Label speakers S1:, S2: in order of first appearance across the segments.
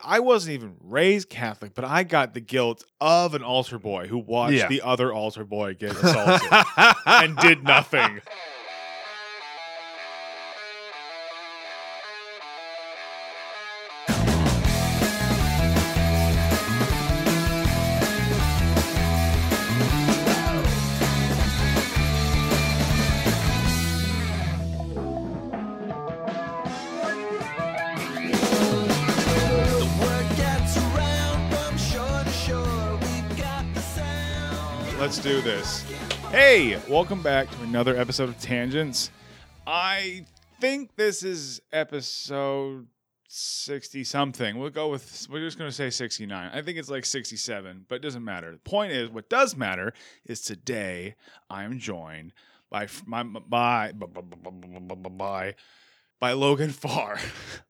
S1: I wasn't even raised Catholic, but I got the guilt of an altar boy who watched
S2: Yeah.
S1: the other altar boy get assaulted and did nothing.
S3: The word gets around from shore to shore. We've got the sound.
S1: Let's do this. Hey, welcome back to another episode of Tangents. I think this is episode 60 something. We'll go with, we're just going to say 69. I think it's like 67, but it doesn't matter. The point is, what does matter is today I am joined by, f- my, by, by, by Logan Farr.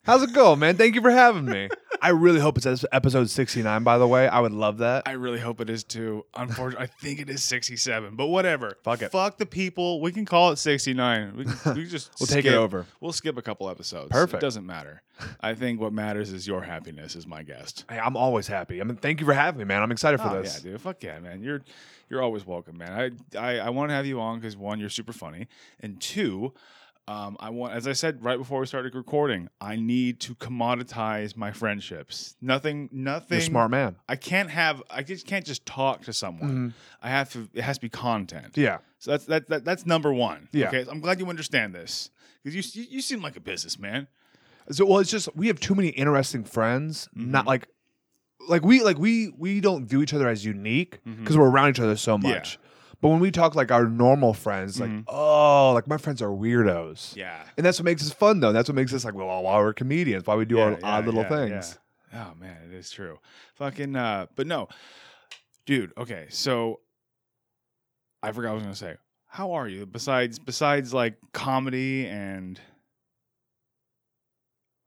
S2: How's it going, man? Thank you for having me. I really hope it's es- episode 69, by the way. I would love that.
S1: I really hope it is too. Unfortunately, I think it is 67, but whatever.
S2: Fuck it.
S1: Fuck the people. We can call it 69. We, can- we can just
S2: We'll take it
S1: skip-
S2: over.
S1: We'll skip a couple episodes. It
S2: Perfect.
S1: doesn't matter. I think what matters is your happiness, is my guest.
S2: Hey, I'm always happy. I mean, thank you for having me, man. I'm excited for
S1: Oh, yeah,
S2: this.
S1: dude. Fuck yeah, man. You're you're always welcome, man. I I, I want to have you on because one, you're super funny, and two, um, I want as I said right before we started recording, I need to commoditize my friendships. Nothing, nothing.
S2: You're a smart man.
S1: I can't have I just can't just talk to someone. I have to it has to be content.
S2: Mm-hmm. Yeah.
S1: So that's that, that that's number one.
S2: Yeah.
S1: Okay. I'm glad you understand this. Because you, s- you you seem like a businessman.
S2: So well, it's just we have too many interesting friends.
S1: Mm-hmm.
S2: Not like like we like we we don't view each other as unique because we're around each other so
S1: Mm-hmm. Yeah. Mm-hmm.
S2: much. But when we talk like our normal friends, like oh, like my friends are weirdos.
S1: Yeah.
S2: And that's what makes us fun though. That's what makes us like well, why we're comedians, why we do our
S1: Yeah, yeah,
S2: odd little
S1: yeah,
S2: things.
S1: yeah. Oh man, it is true. Fucking uh but no. Dude, okay, so I forgot what I was gonna say. How are you? Besides besides like comedy and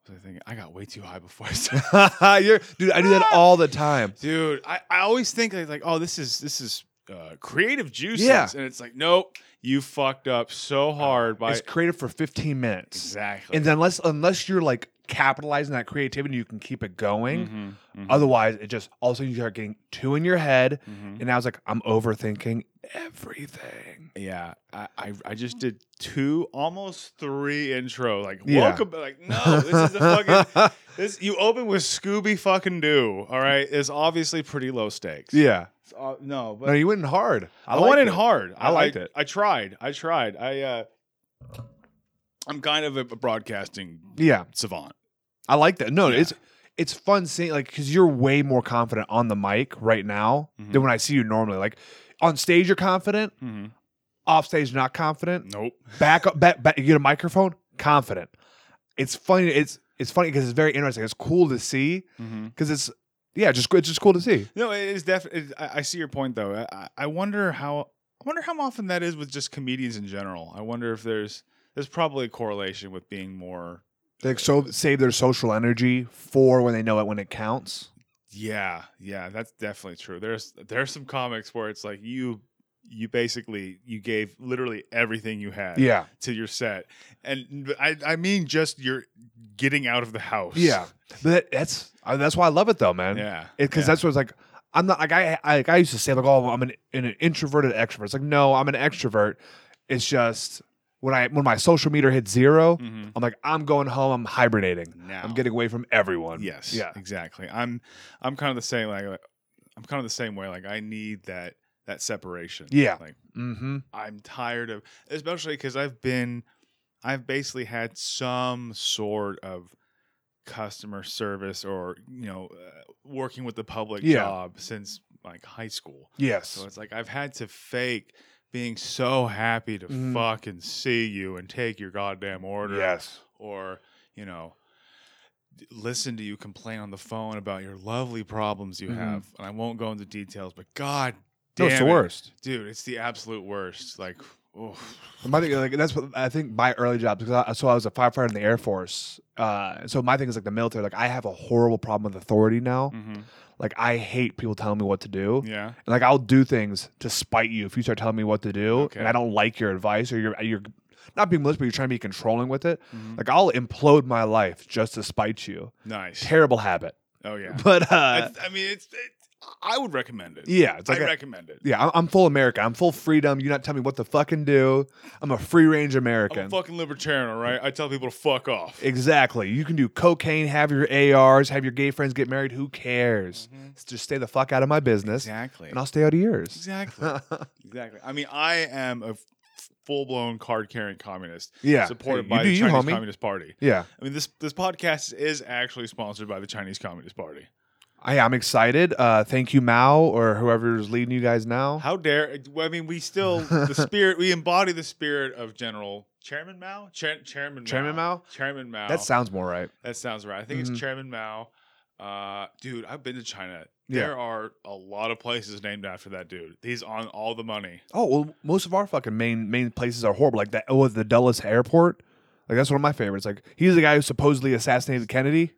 S1: what was I thinking? I got way too high before I started.
S2: You're, dude, I do that all the time.
S1: dude I, I always think like, like, oh this is this is uh, creative juices
S2: Yeah.
S1: and it's like nope you fucked up so hard by
S2: It's creative for 15 minutes.
S1: exactly
S2: And then unless unless you're like capitalizing that creativity, you can keep it going.
S1: Mhm, mhm,
S2: Otherwise, it just all of a sudden you start getting two in your head.
S1: mhm.
S2: And I was like, I'm overthinking everything.
S1: yeah I, I i just did two almost three intro like
S2: Yeah.
S1: welcome like no this is the fucking this you open with scooby fucking doo all right it's obviously pretty low stakes
S2: yeah.
S1: It's, uh, no but
S2: No, you went in hard.
S1: I,
S2: liked
S1: went in
S2: it.
S1: hard.
S2: I liked it.
S1: I tried. I tried. I uh I'm kind of a a broadcasting
S2: Yeah,
S1: savant.
S2: I like that. No,
S1: Yeah.
S2: it's it's fun seeing like because you're way more confident on the mic right now
S1: Mhm.
S2: than when I see you normally. Like on stage, you're confident. Off stage, not confident.
S1: Nope.
S2: back up back, back you get a microphone confident it's funny it's it's funny because it's very interesting it's cool to see because it's yeah just it's just cool to see
S1: No, it is definitely. I I see your point, though. I- I, I wonder how. I wonder how often that is with just comedians in general. I wonder if there's there's probably a correlation with being more.
S2: they like, so save their social energy for when they know it when it counts
S1: Yeah, yeah, that's definitely true. There's there's some comics where it's like you you basically you gave literally everything you had
S2: yeah
S1: to your set, and I I mean just your getting out of the house.
S2: yeah but that, that's uh, that's why i love it though man
S1: yeah,
S2: because
S1: yeah.
S2: that's what's like i'm not like i I, like, I used to say like oh i'm an, an introverted extrovert it's like no i'm an extrovert it's just when i when my social meter hits 0 i
S1: Mhm.
S2: i'm like i'm going home i'm hibernating
S1: now
S2: i'm getting away from everyone
S1: Yes.
S2: yeah
S1: Exactly. I'm I'm kind of the same like I'm kind of the same way. Like I need that that separation.
S2: Yeah.
S1: Like
S2: mm-hmm
S1: I'm tired of especially because I've been I've basically had some sort of customer service or you know uh, working with the public
S2: Yeah.
S1: job since like high school.
S2: Yes.
S1: So it's like I've had to fake being so happy to
S2: Mhm.
S1: fucking see you and take your goddamn order
S2: Yes.
S1: or you know d- listen to you complain on the phone about your lovely problems you
S2: Mhm.
S1: have and i won't go into details but god
S2: No,
S1: damn
S2: it's the
S1: it.
S2: worst.
S1: dude it's the absolute worst like oof.
S2: My thing, like that's what I think my early job because I, so I was a firefighter in the Air Force. Uh, so my thing is like the military. Like I have a horrible problem with authority now.
S1: Mhm.
S2: Like I hate people telling me what to do.
S1: yeah
S2: And, like I'll do things to spite you if you start telling me what to do,
S1: Okay.
S2: and I don't like your advice or you're you're not being malicious, but you're trying to be controlling with it.
S1: Mhm.
S2: Like I'll implode my life just to spite you.
S1: nice
S2: Terrible habit.
S1: Oh yeah.
S2: But uh,
S1: It's- I mean, it's. It, I would recommend it.
S2: yeah, it's like
S1: I
S2: a-
S1: recommend it.
S2: yeah, I'm, I'm full American. I'm full freedom. You not tell me what to fucking do. I'm a free range
S1: I'm a
S2: American.
S1: fucking libertarian, all right? I tell people to fuck off.
S2: exactly. You can do cocaine, have your ARs, have your gay friends get married. Who cares? Just stay the fuck out of my business,
S1: Mm-hmm. Exactly.
S2: and I'll stay out of yours.
S1: Exactly. exactly. I mean, I am a full blown card carrying communist.
S2: Yeah.
S1: Supported
S2: Hey,
S1: by
S2: you do
S1: the
S2: you,
S1: Chinese
S2: homie.
S1: Communist Party.
S2: Yeah,
S1: I mean, this this podcast is actually sponsored by the Chinese Communist Party.
S2: I, I'm excited. Uh, thank you, Mao, or whoever's leading you guys now.
S1: How dare? I mean, we still the spirit. We embody the spirit of General Chairman Mao. Chair, Chairman
S2: Chairman Mao?
S1: Chairman Mao.
S2: That sounds more right.
S1: That sounds right. I think
S2: Mhm.
S1: it's Chairman Mao. Uh, dude, I've been to China.
S2: Yeah.
S1: There are a lot of places named after that dude. He's on all the money.
S2: Oh well, most of our fucking main main places are horrible. Like that. Oh, the Dulles Airport. Like that's one of my favorites. Like he's the guy who supposedly assassinated Kennedy,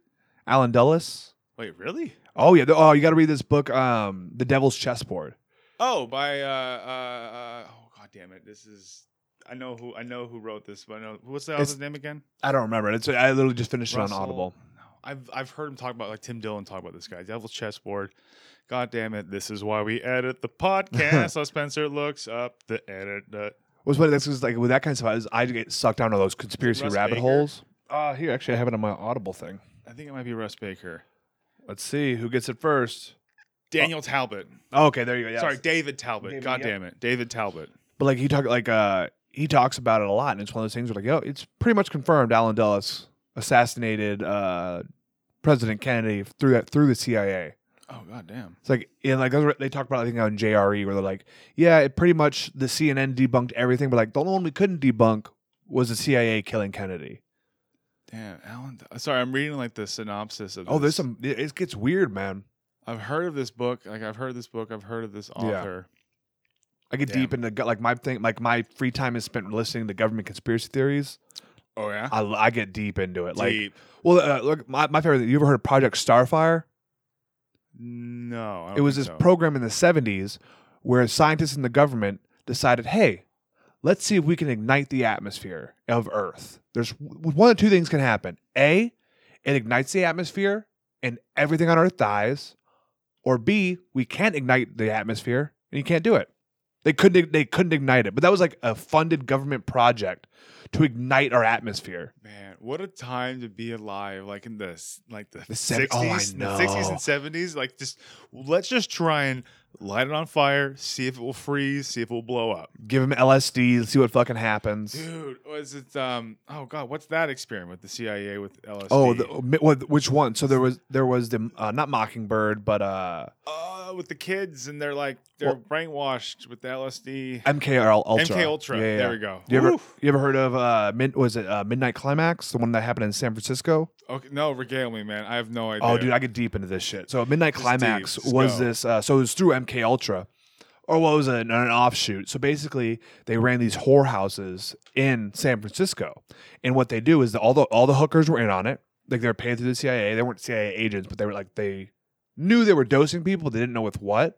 S2: Alan Dulles.
S1: Wait, really?
S2: Oh yeah. the- oh, you got to read this book, um, The Devil's Chessboard.
S1: Oh, by uh, uh, uh, oh god damn it! This is I know who I know who wrote this, but I know what's the
S2: It's-
S1: author's name again?
S2: I don't remember it. It's, I literally just finished it
S1: Russell-
S2: on Audible.
S1: No, I've I've heard him talk about like Tim Dillon talk about this guy, Devil Chessboard. God damn it! This is why we edit the podcast. so Spencer looks up the edit. Uh,
S2: What's funny? That's 'cause, like with that kind of stuff. Is I get sucked down to those conspiracy
S1: Russ
S2: rabbit
S1: Baker?
S2: holes. Uh here actually I have it on my Audible thing.
S1: I think it might be Russ Baker,
S2: Oh. Let's see who gets it first.
S1: Daniel Talbot.
S2: Oh, okay, there you go. Yeah,
S1: Sorry, David Talbot.
S2: David,
S1: God
S2: yep.
S1: damn it, David Talbot.
S2: But like he talk like uh he talks about it a lot, and it's one of those things where like yo, it's pretty much confirmed Alan Dulles assassinated uh President Kennedy through that through the CIA.
S1: Oh god damn.
S2: It's like and like those were- they talk about I think on JRE where they're like, yeah, it pretty much the CNN debunked everything, but like the only one we couldn't debunk was the CIA killing Kennedy.
S1: Damn, Alan. Sorry, I'm reading like the synopsis of.
S2: Oh,
S1: this.
S2: there's some it, it gets weird, man.
S1: I've heard of this book. Like I've heard of this book. I've heard of this author.
S2: I get
S1: Damn.
S2: deep into go- like my thing, like my free time is spent listening to government conspiracy theories.
S1: Oh yeah.
S2: I, I get deep into it, like
S1: Deep.
S2: well, uh, look, my, my favorite. You ever heard of Project Starfire?
S1: No. I don't
S2: it was
S1: think
S2: this
S1: so.
S2: program in the 70s where scientists in the government decided hey let's see if we can ignite the atmosphere of earth there's w- one of two things can happen a it ignites the atmosphere and everything on earth dies or b we can't ignite the atmosphere and you can't do it they couldn't they couldn't ignite it but that was like a funded government project to ignite our atmosphere
S1: Man, what a time to be alive! Like in the s- like the
S2: The sev- oh, I
S1: sixties, the sixties
S2: know.
S1: and seventies. Like just let's just try and light it on fire, see if it will freeze, see if it will blow up.
S2: give them lsd see what fucking happens
S1: Dude, was it? Um, oh god, what's that experiment with the CIA with LSD?
S2: Oh, the, mi- what- which one? So there was there was the uh, not Mockingbird, but uh,
S1: Uh, with the kids and they're like they're brainwashed with the LSD.
S2: MK Ul- Ultra.
S1: MK Ultra.
S2: Yeah, yeah,
S1: There
S2: yeah.
S1: we go.
S2: You ever
S1: Oof.
S2: you ever heard of uh, mid, was it uh, Midnight Climax, the one that happened in San Francisco?
S1: Okay, no, regale me, man. I have no idea.
S2: Oh, dude, I get deep into this shit. So Midnight
S1: Just deep.
S2: Climax
S1: Let's
S2: was
S1: go.
S2: this. Uh, so it was through MK Ultra, or what was it? An, an offshoot. So basically, they ran these whorehouses in San Francisco, and what they do is that all the all the hookers were in on it. Like they were paid through the CIA. They weren't CIA agents, but they were like they knew they were dosing people. They didn't know with what.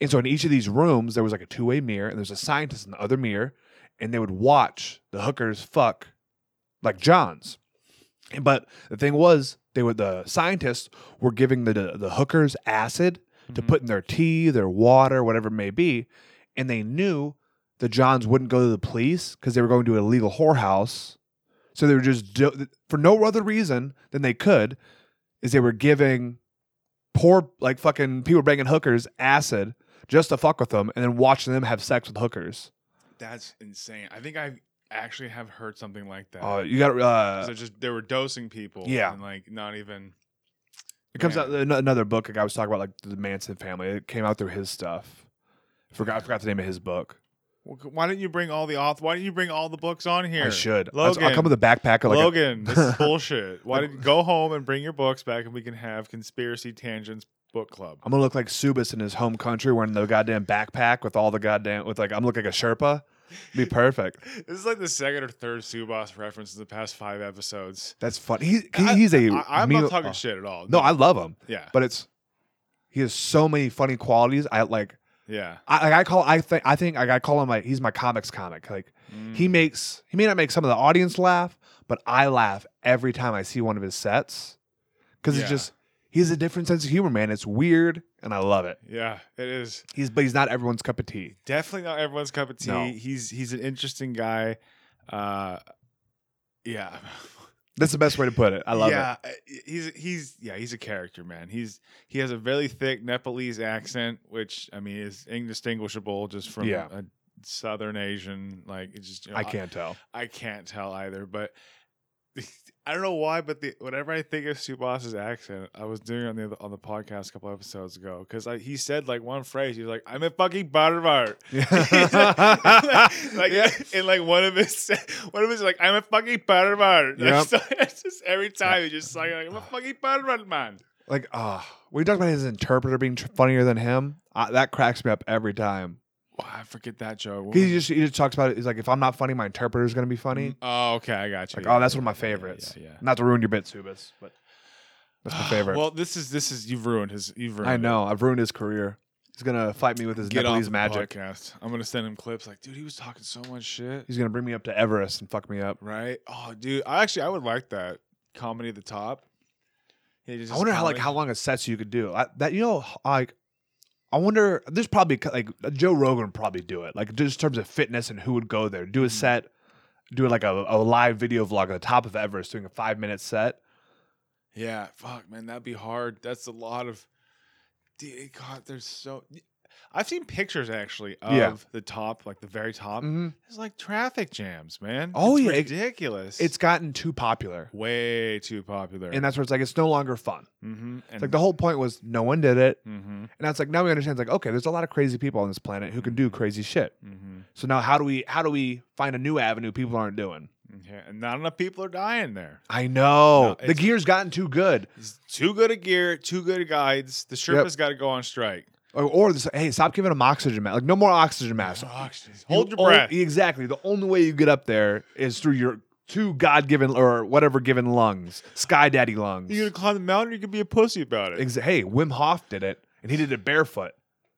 S2: And so in each of these rooms, there was like a two way mirror, and there's a scientist in the other mirror, and they would watch the hookers fuck like Johns. But the thing was, they were the scientists were giving the the hookers acid to
S1: Mhm.
S2: put in their tea, their water, whatever it may be, and they knew the Johns wouldn't go to the police because they were going to an illegal whorehouse. So they were just do- for no other reason than they could is they were giving poor like fucking people banging hookers acid just to fuck with them and then watching them have sex with hookers.
S1: That's insane. I think I actually have heard something like that.
S2: Uh, you got uh,
S1: 'Cause they're just they were dosing people.
S2: Yeah.
S1: and like not even.
S2: It comes
S1: Man.
S2: out an- another book. Like I was talking about, like the Manson family. It came out through his stuff. Forgot I forgot the name of his book.
S1: Well, c- Why didn't you bring all the auth? Why didn't you bring all the books on here?
S2: I should. I'll-
S1: Logan,
S2: I'll come with a backpack. Of like a-
S1: Logan, this is bullshit. Why did you go home and bring your books back and we can have conspiracy tangents book club?
S2: I'm gonna look like Subis in his home country wearing the goddamn backpack with all the goddamn with like I'm looking like a Sherpa. Be perfect.
S1: This is like the second or third Subas reference in the past five episodes.
S2: That's funny. He, he-
S1: I-
S2: he's a.
S1: I, I'm
S2: meal-
S1: not talking
S2: oh.
S1: shit at all.
S2: No, I love him,
S1: yeah,
S2: but it's he has so many funny qualities. I like.
S1: yeah.
S2: I like I call I think I think like, I call him like he's my comics comic. Like
S1: Mm,
S2: He makes he may not make some of the audience laugh, but I laugh every time I see one of his sets because
S1: Yeah.
S2: it's just He's a different sense of humor, man. It's weird, and I love it.
S1: Yeah, it is
S2: He's but he's not everyone's cup of tea.
S1: definitely not everyone's cup of tea.
S2: No.
S1: He's he's an interesting guy. Uh, yeah,
S2: That's the best way to put it. I love it.
S1: yeah, uh, he's he's yeah, he's a character, man. He's he has a really thick Nepalese accent, which I mean is indistinguishable just from
S2: Yeah.
S1: a Southern Asian. Like it's just you know,
S2: I can't tell.
S1: I can't tell either, but I don't know why, but the whenever I think of Subas's accent, I was doing it on the other, on the podcast a couple episodes ago because he said like one phrase. He was like, "I'm a fucking barbar," like
S2: Yeah.
S1: in like one of his one of his like, "I'm a fucking barbar."
S2: Yep.
S1: So it's just every time he just like, "I'm a fucking barbar, man."
S2: Like, ah, we talked about his interpreter being tr- funnier than him. Uh, that cracks me up every time.
S1: Wow, I forget that joke.
S2: 'Cause He just he just talks about it. He's like, if I'm not funny, my interpreter's gonna be funny.
S1: Oh, okay, I got you.
S2: Like, oh, that's one of my favorites.
S1: yeah, yeah.
S2: Not to ruin your bit, Subas, but that's my favorite.
S1: Mm-hmm. Well, this is this is you've ruined his. You've ruined.
S2: I
S1: it.
S2: know I've ruined his career. He's gonna fight me with his
S1: Get
S2: Nepalese
S1: off the
S2: magic.
S1: podcast. I'm gonna send him clips. Like, dude, he was talking so much shit.
S2: He's gonna bring me up to Everest and fuck me up.
S1: Right? Oh, dude. I actually I would like that comedy at the top. Yeah, just
S2: I wonder how like
S1: comedy.
S2: how long a sets you could do. I, that you know like. I wonder. There's probably like uh, Joe Rogan would probably do it. Like just in terms of fitness and who would go there. Do a set, do like a, a live video vlog at the top of Everest doing a five minute set.
S1: Yeah, fuck, man, that'd be hard. That's a lot of. Dude, God, there's so. I've seen pictures actually of
S2: Yeah.
S1: the top, like the very top.
S2: Mm-hmm.
S1: It's like traffic jams, man.
S2: Oh,
S1: It's
S2: yeah, it-
S1: ridiculous.
S2: It's gotten too popular,
S1: way too popular.
S2: and that's Mm-hmm. where it's like it's no longer fun.
S1: mm-hmm,
S2: It's like the whole point was no one did it,
S1: Mm-hmm,
S2: and that's like now we understand. It's like okay, there's a lot of crazy people on this planet who can do crazy shit.
S1: mm-hmm.
S2: So now how do we how do we find a new avenue people aren't doing?
S1: Yeah, and not enough people are dying there.
S2: I know
S1: No,
S2: the
S1: it's-
S2: gear's gotten too good.
S1: It's too good a gear, too good a guides. The Sherpa's got to go on strike.
S2: Or, or this, hey, stop giving them oxygen mask. Like, no more oxygen mask.
S1: Hold your
S2: You
S1: breath.
S2: on- exactly. The only way you get up there is through your two God given or whatever given lungs, Sky Daddy lungs.
S1: You're gonna climb the mountain. Or you can be a pussy about it.
S2: Ex- hey, Wim Hof did it, and he did it barefoot.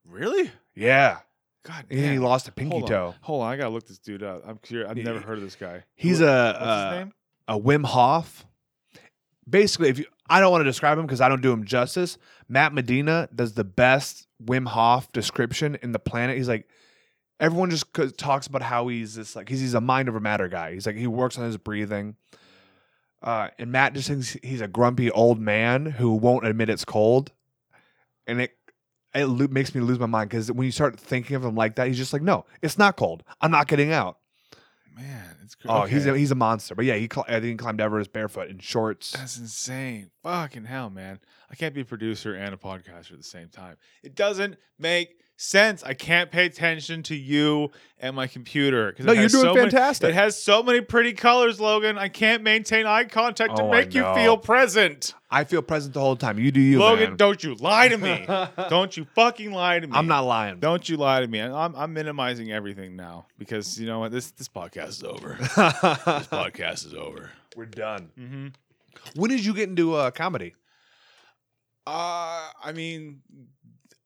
S1: really?
S2: Yeah.
S1: God
S2: And he
S1: damn.
S2: lost a pinky
S1: Hold on.
S2: toe.
S1: Hold on, I gotta look this dude up. I'm curious. I've
S2: Yeah,
S1: never
S2: yeah.
S1: heard of this guy.
S2: He's
S1: Who-
S2: a,
S1: what's his
S2: uh,
S1: name?
S2: a Wim Hof. Basically, if you, I don't want to describe him because I don't do him justice. Matt Medina does the best Wim Hof description in the planet. He's like, everyone just co- talks about how he's this like he's, he's a mind over matter guy. He's like he works on his breathing. Uh, and Matt just thinks he's a grumpy old man who won't admit it's cold, and it it lo- makes me lose my mind because when you start thinking of him like that, he's just like, no, it's not cold. I'm not getting out.
S1: Man, it's crazy.
S2: Oh, he's a, he's a monster. But yeah, he cl- I think he climbed Everest barefoot in shorts.
S1: that's insane. Fucking hell, man. I can't be a producer and a podcaster at the same time. It doesn't make sense. I can't pay attention to you and my computer. 'cause
S2: No,
S1: it
S2: you're
S1: has
S2: doing
S1: so many-
S2: fantastic.
S1: it has so many pretty colors, Logan. I can't maintain eye contact to
S2: Oh, I
S1: make you
S2: know.
S1: feel present.
S2: I feel present the whole time. You do you,
S1: Logan,
S2: man.
S1: don't you lie to me. don't you fucking lie to me.
S2: I'm not lying.
S1: Don't you lie to me. I'm, I'm minimizing everything now because you know what? This this podcast is over. this podcast is over.
S2: We're done.
S1: Mm-hmm.
S2: When did you get into uh, comedy?
S1: Uh, I mean,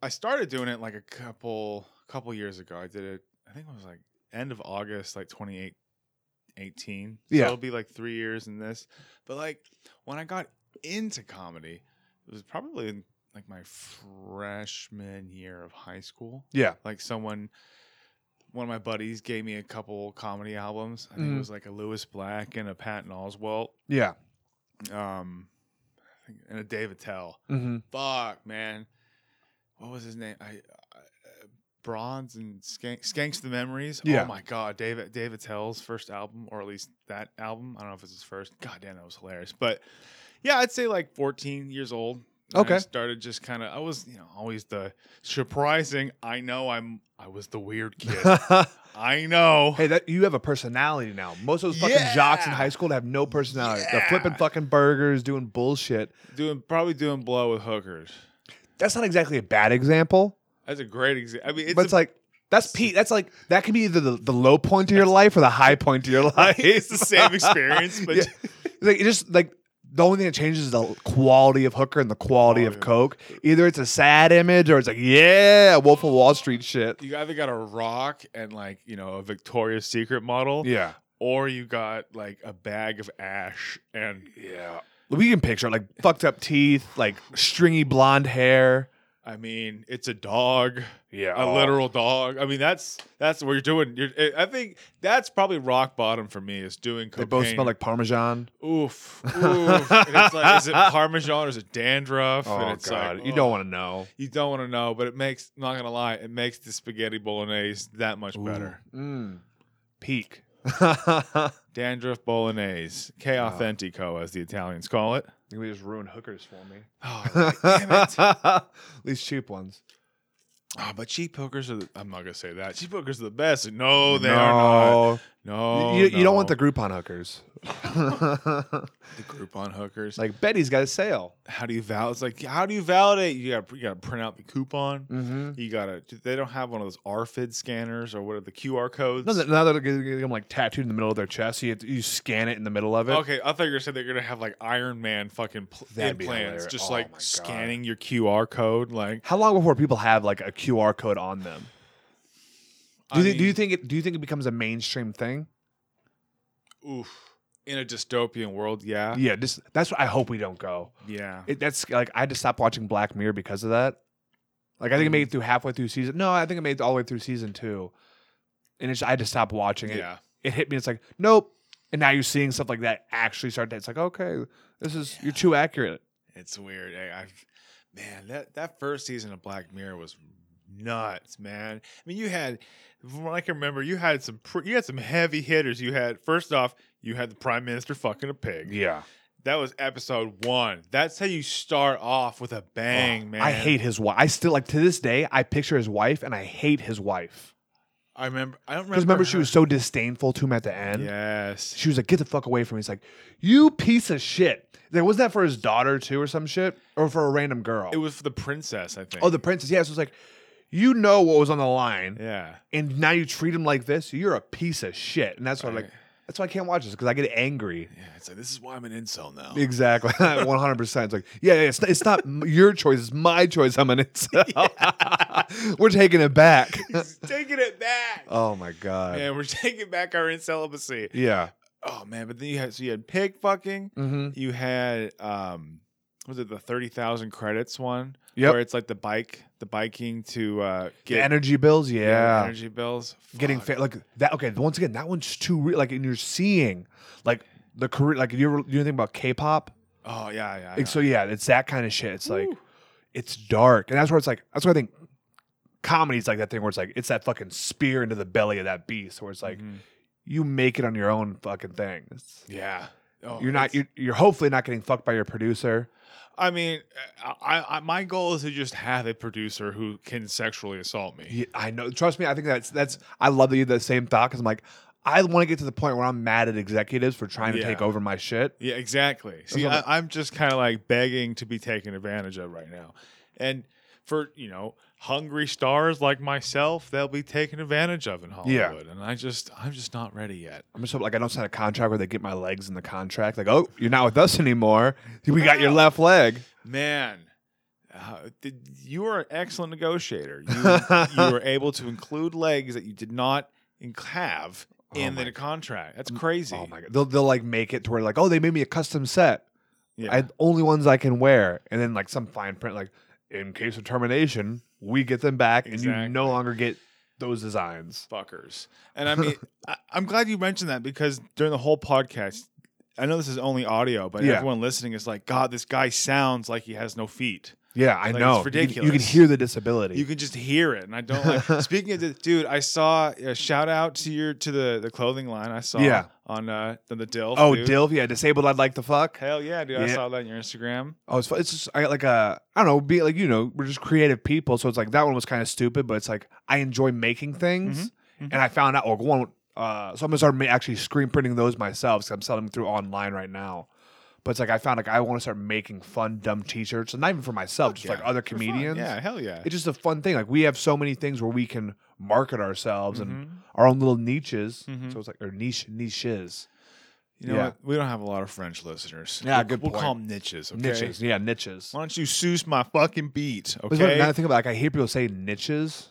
S1: I started doing it like a couple couple years ago. I did it. I think it was like end of August, like 2018. So
S2: Yeah.
S1: it'll be like three years in this. But like when I got into comedy, it was probably in like my freshman year of high school.
S2: Yeah.
S1: like someone one of my buddies gave me a couple comedy albums. I think
S2: Mhm.
S1: it was like a Lewis Black and a Patton Oswalt,
S2: Yeah.
S1: um, I think, and a Dave Attell.
S2: Mm-hmm.
S1: Fuck, man, what was his name? I, I uh, Bronze and Skank, Skanks the Memories.
S2: Yeah.
S1: Oh my god, David Dave Attell's first album, or at least that album. I don't know if it's his first. God damn, that was hilarious. But yeah, I'd say like 14 years old. And I
S2: Okay.
S1: started just kind of. I was, you know, always the surprising. I know I'm. I was the weird kid. I know.
S2: hey, that you have a personality now. Most of those fucking
S1: Yeah.
S2: jocks in high school have no personality. They're
S1: Yeah.
S2: flipping fucking burgers, doing bullshit.
S1: Doing probably doing blow with hookers.
S2: That's not exactly a bad example,
S1: That's a great example. I mean, it's,
S2: but it's
S1: a-
S2: like that's Pete. That's like that can be either the, the low point of your life or the high point of your life.
S1: it's the same experience, but
S2: Yeah. It's like it just like the only thing that changes is the quality of hooker and the quality of coke. Either it's a sad image or it's like yeah, Wolf of Wall Street shit.
S1: you either got a rock and like you know a Victoria's Secret model,
S2: Yeah,
S1: or you got like a bag of ash and yeah,
S2: We can picture it, like fucked up teeth, like stringy blonde hair.
S1: I mean, it's a dog,
S2: Yeah, Oh,
S1: a literal dog. I mean, that's that's what you're doing. You're, eh, I think that's probably rock bottom for me is doing cocaine.
S2: They both smell like parmesan.
S1: oof, oof. and it's like, is it parmesan or is it dandruff?
S2: Oh
S1: and it's
S2: god,
S1: like,
S2: you
S1: ugh.
S2: don't want to know.
S1: you don't want to know, but it makes. Not gonna lie, it makes the spaghetti bolognese that much better.
S2: Mm. Peak. you
S1: Dandruff bolognese, que authentico, as the Italians call it.
S2: just ruined hookers for me.
S1: Oh, damn it.
S2: These cheap ones.
S1: Ah, but cheap hookers are. The, I'm not gonna say that. Cheap hookers are the best. No, they are not. No,
S2: you, you don't want
S1: no.
S2: the Groupon hookers.
S1: the Groupon hookers. Like,
S2: like Betty's got a sale.
S1: how do you validate? It's like, how do you validate? You got you got to print out the coupon.
S2: Mm-hmm.
S1: You gotta. They don't have one of those RFID scanners or what are the QR codes?
S2: Now that now that they're getting them like tattooed in the middle of their chest, you, have to, you scan it in the middle of it.
S1: Okay, I thought you were saying they're gonna have like Iron Man fucking pl-
S2: That'd be
S1: implants,
S2: hilarious.
S1: just
S2: Oh my
S1: like
S2: God.
S1: scanning your QR code. Like,
S2: How long before people have like a QR code on them? Do,
S1: I
S2: you- do you
S1: mean,
S2: think it? Do you think it becomes a mainstream thing?
S1: Oof. In a dystopian world, yeah,
S2: Yeah, just that's what I hope we don't go.
S1: yeah.
S2: It, that's like I had to stop watching Black Mirror because of that. Like I
S1: Mm.
S2: think it made it through halfway through season. No, I think I made it all the way through season two, and it's I had to stop watching it.
S1: yeah.
S2: It hit me. It's like nope. And now you're seeing stuff like that actually start. To, it's like okay, this is you're too accurate.
S1: It's weird. I, I've man, that that first season of Black Mirror was nuts, man. I mean, you had from what I can remember, you had some pr you had some heavy hitters. You had first off, you had the prime minister fucking a pig.
S2: Yeah,
S1: That was episode one. That's how you start off with a bang, man.
S2: I hate his wife. I still like to this day. I picture his wife, and I hate his wife
S1: I remember. I don't remember.
S2: because remember she
S1: her-
S2: was so disdainful to him at the end.
S1: Yes.
S2: She was like, "Get the fuck away from me!" He's like, "You piece of shit." There was that for his daughter too, or some shit, or for a random girl.
S1: It was for the princess, I think.
S2: Oh, the princess. Yeah, so it's like, you know what was on the line,
S1: yeah.
S2: and now you treat him like this. You're a piece of shit, and that's why like
S1: Right.
S2: that's why I can't watch this because I get angry.
S1: Yeah. It's like this is why I'm an incel now.
S2: Exactly, one hundred percent. It's like, yeah, yeah it's not, it's not m- your choice. It's my choice. I'm an incel. We're taking it back.
S1: He's taking it back.
S2: oh my god.
S1: man, we're taking back our incelibacy.
S2: Yeah.
S1: Oh man, but then you had so you had pig fucking.
S2: Mm-hmm.
S1: you had um was it the 30,000 credits one
S2: Yep.
S1: where it's like the bike the biking to uh
S2: The
S1: get
S2: energy bills.
S1: the
S2: Yeah.
S1: energy bills
S2: Getting
S1: Fuck.
S2: fit like that. Okay. Once again, that one's too real. Like, and you're seeing like the career. Like, you ever, you know anything about K-pop?
S1: oh yeah yeah, yeah.
S2: Like, so yeah, it's that kind of shit. It's like
S1: Woo.
S2: it's dark, and that's where it's like that's why I think comedy's like that thing where it's like it's that fucking spear into the belly of that beast, where it's like
S1: Mhm.
S2: you make it on your own fucking thing. It's-
S1: yeah Oh,
S2: you're not
S1: it's-
S2: you're, you're hopefully not getting fucked by your producer.
S1: i mean I, I my goal is to just have a producer who can sexually assault me
S2: You- I know. Trust me, I think that's that's I love that you had the same thought because I'm like I want to get to the point where I'm mad at executives for trying to
S1: Yeah.
S2: take over my shit.
S1: Yeah, exactly. See,
S2: what
S1: I, I'm just kind of like begging to be taken advantage of right now. And for, you know, hungry stars like myself, they'll be taken advantage of in
S2: Yeah.
S1: Hollywood. And I just, I'm just not ready yet.
S2: I'm just hoping, like I don't sign a contract where they get my legs in the contract. Like, oh, you're not with us anymore. We got your left leg.
S1: Man, uh, did, you are an excellent negotiator. You, you were able to include legs that you did not in- have in
S2: Oh my-
S1: the contract. That's crazy.
S2: Oh my god! They'll they'll like make it to where like, oh, they made me a custom set.
S1: Yeah.
S2: I only ones I can wear, and then like some fine print, like in case of termination, we get them back, and you
S1: Exactly.
S2: no longer get those designs.
S1: fuckers. And I mean, I, I'm glad you mentioned that because during the whole podcast, I know this is only audio, but
S2: Yeah.
S1: everyone listening is like, God, this guy sounds like he has no feet.
S2: Yeah, I
S1: Like, it's
S2: know. You can- You can,
S1: ridiculous.
S2: hear the disability.
S1: You can just hear it, and I don't like. Speaking of this, dude, I saw a shout out to your to the the clothing line I saw
S2: Yeah.
S1: on uh on the Dill.
S2: oh, Dilf, yeah, disabled. I'd like to fuck.
S1: Hell yeah, dude! I
S2: Yeah.
S1: saw that on your Instagram.
S2: Oh, it's, fu- it's just I got like a I don't know, be like you know, we're just creative people, so it's like that one was kind of stupid, but it's like I enjoy making things,
S1: mhm.
S2: and I found out like one. Uh, so I'm gonna start ma- actually screen printing those myself. Cause I'm selling them through online right now. But it's like I found like I want to start making fun, dumb T-shirts, and not even for myself, just
S1: yeah.
S2: like other
S1: For fun.
S2: comedians.
S1: Yeah, hell yeah.
S2: it's just a fun thing. Like we have so many things where we can market ourselves and
S1: Mhm.
S2: our own little niches.
S1: Mhm.
S2: So it's like or niche niches,
S1: You know
S2: yeah.
S1: what? We don't have a lot of French listeners.
S2: Yeah,
S1: we'll,
S2: good
S1: We'll
S2: point.
S1: call them niches. Okay?
S2: niches, yeah, niches.
S1: Why don't you seuss my fucking beat?
S2: But it's what-
S1: Okay.
S2: Now I think about it, like I hear people say niches,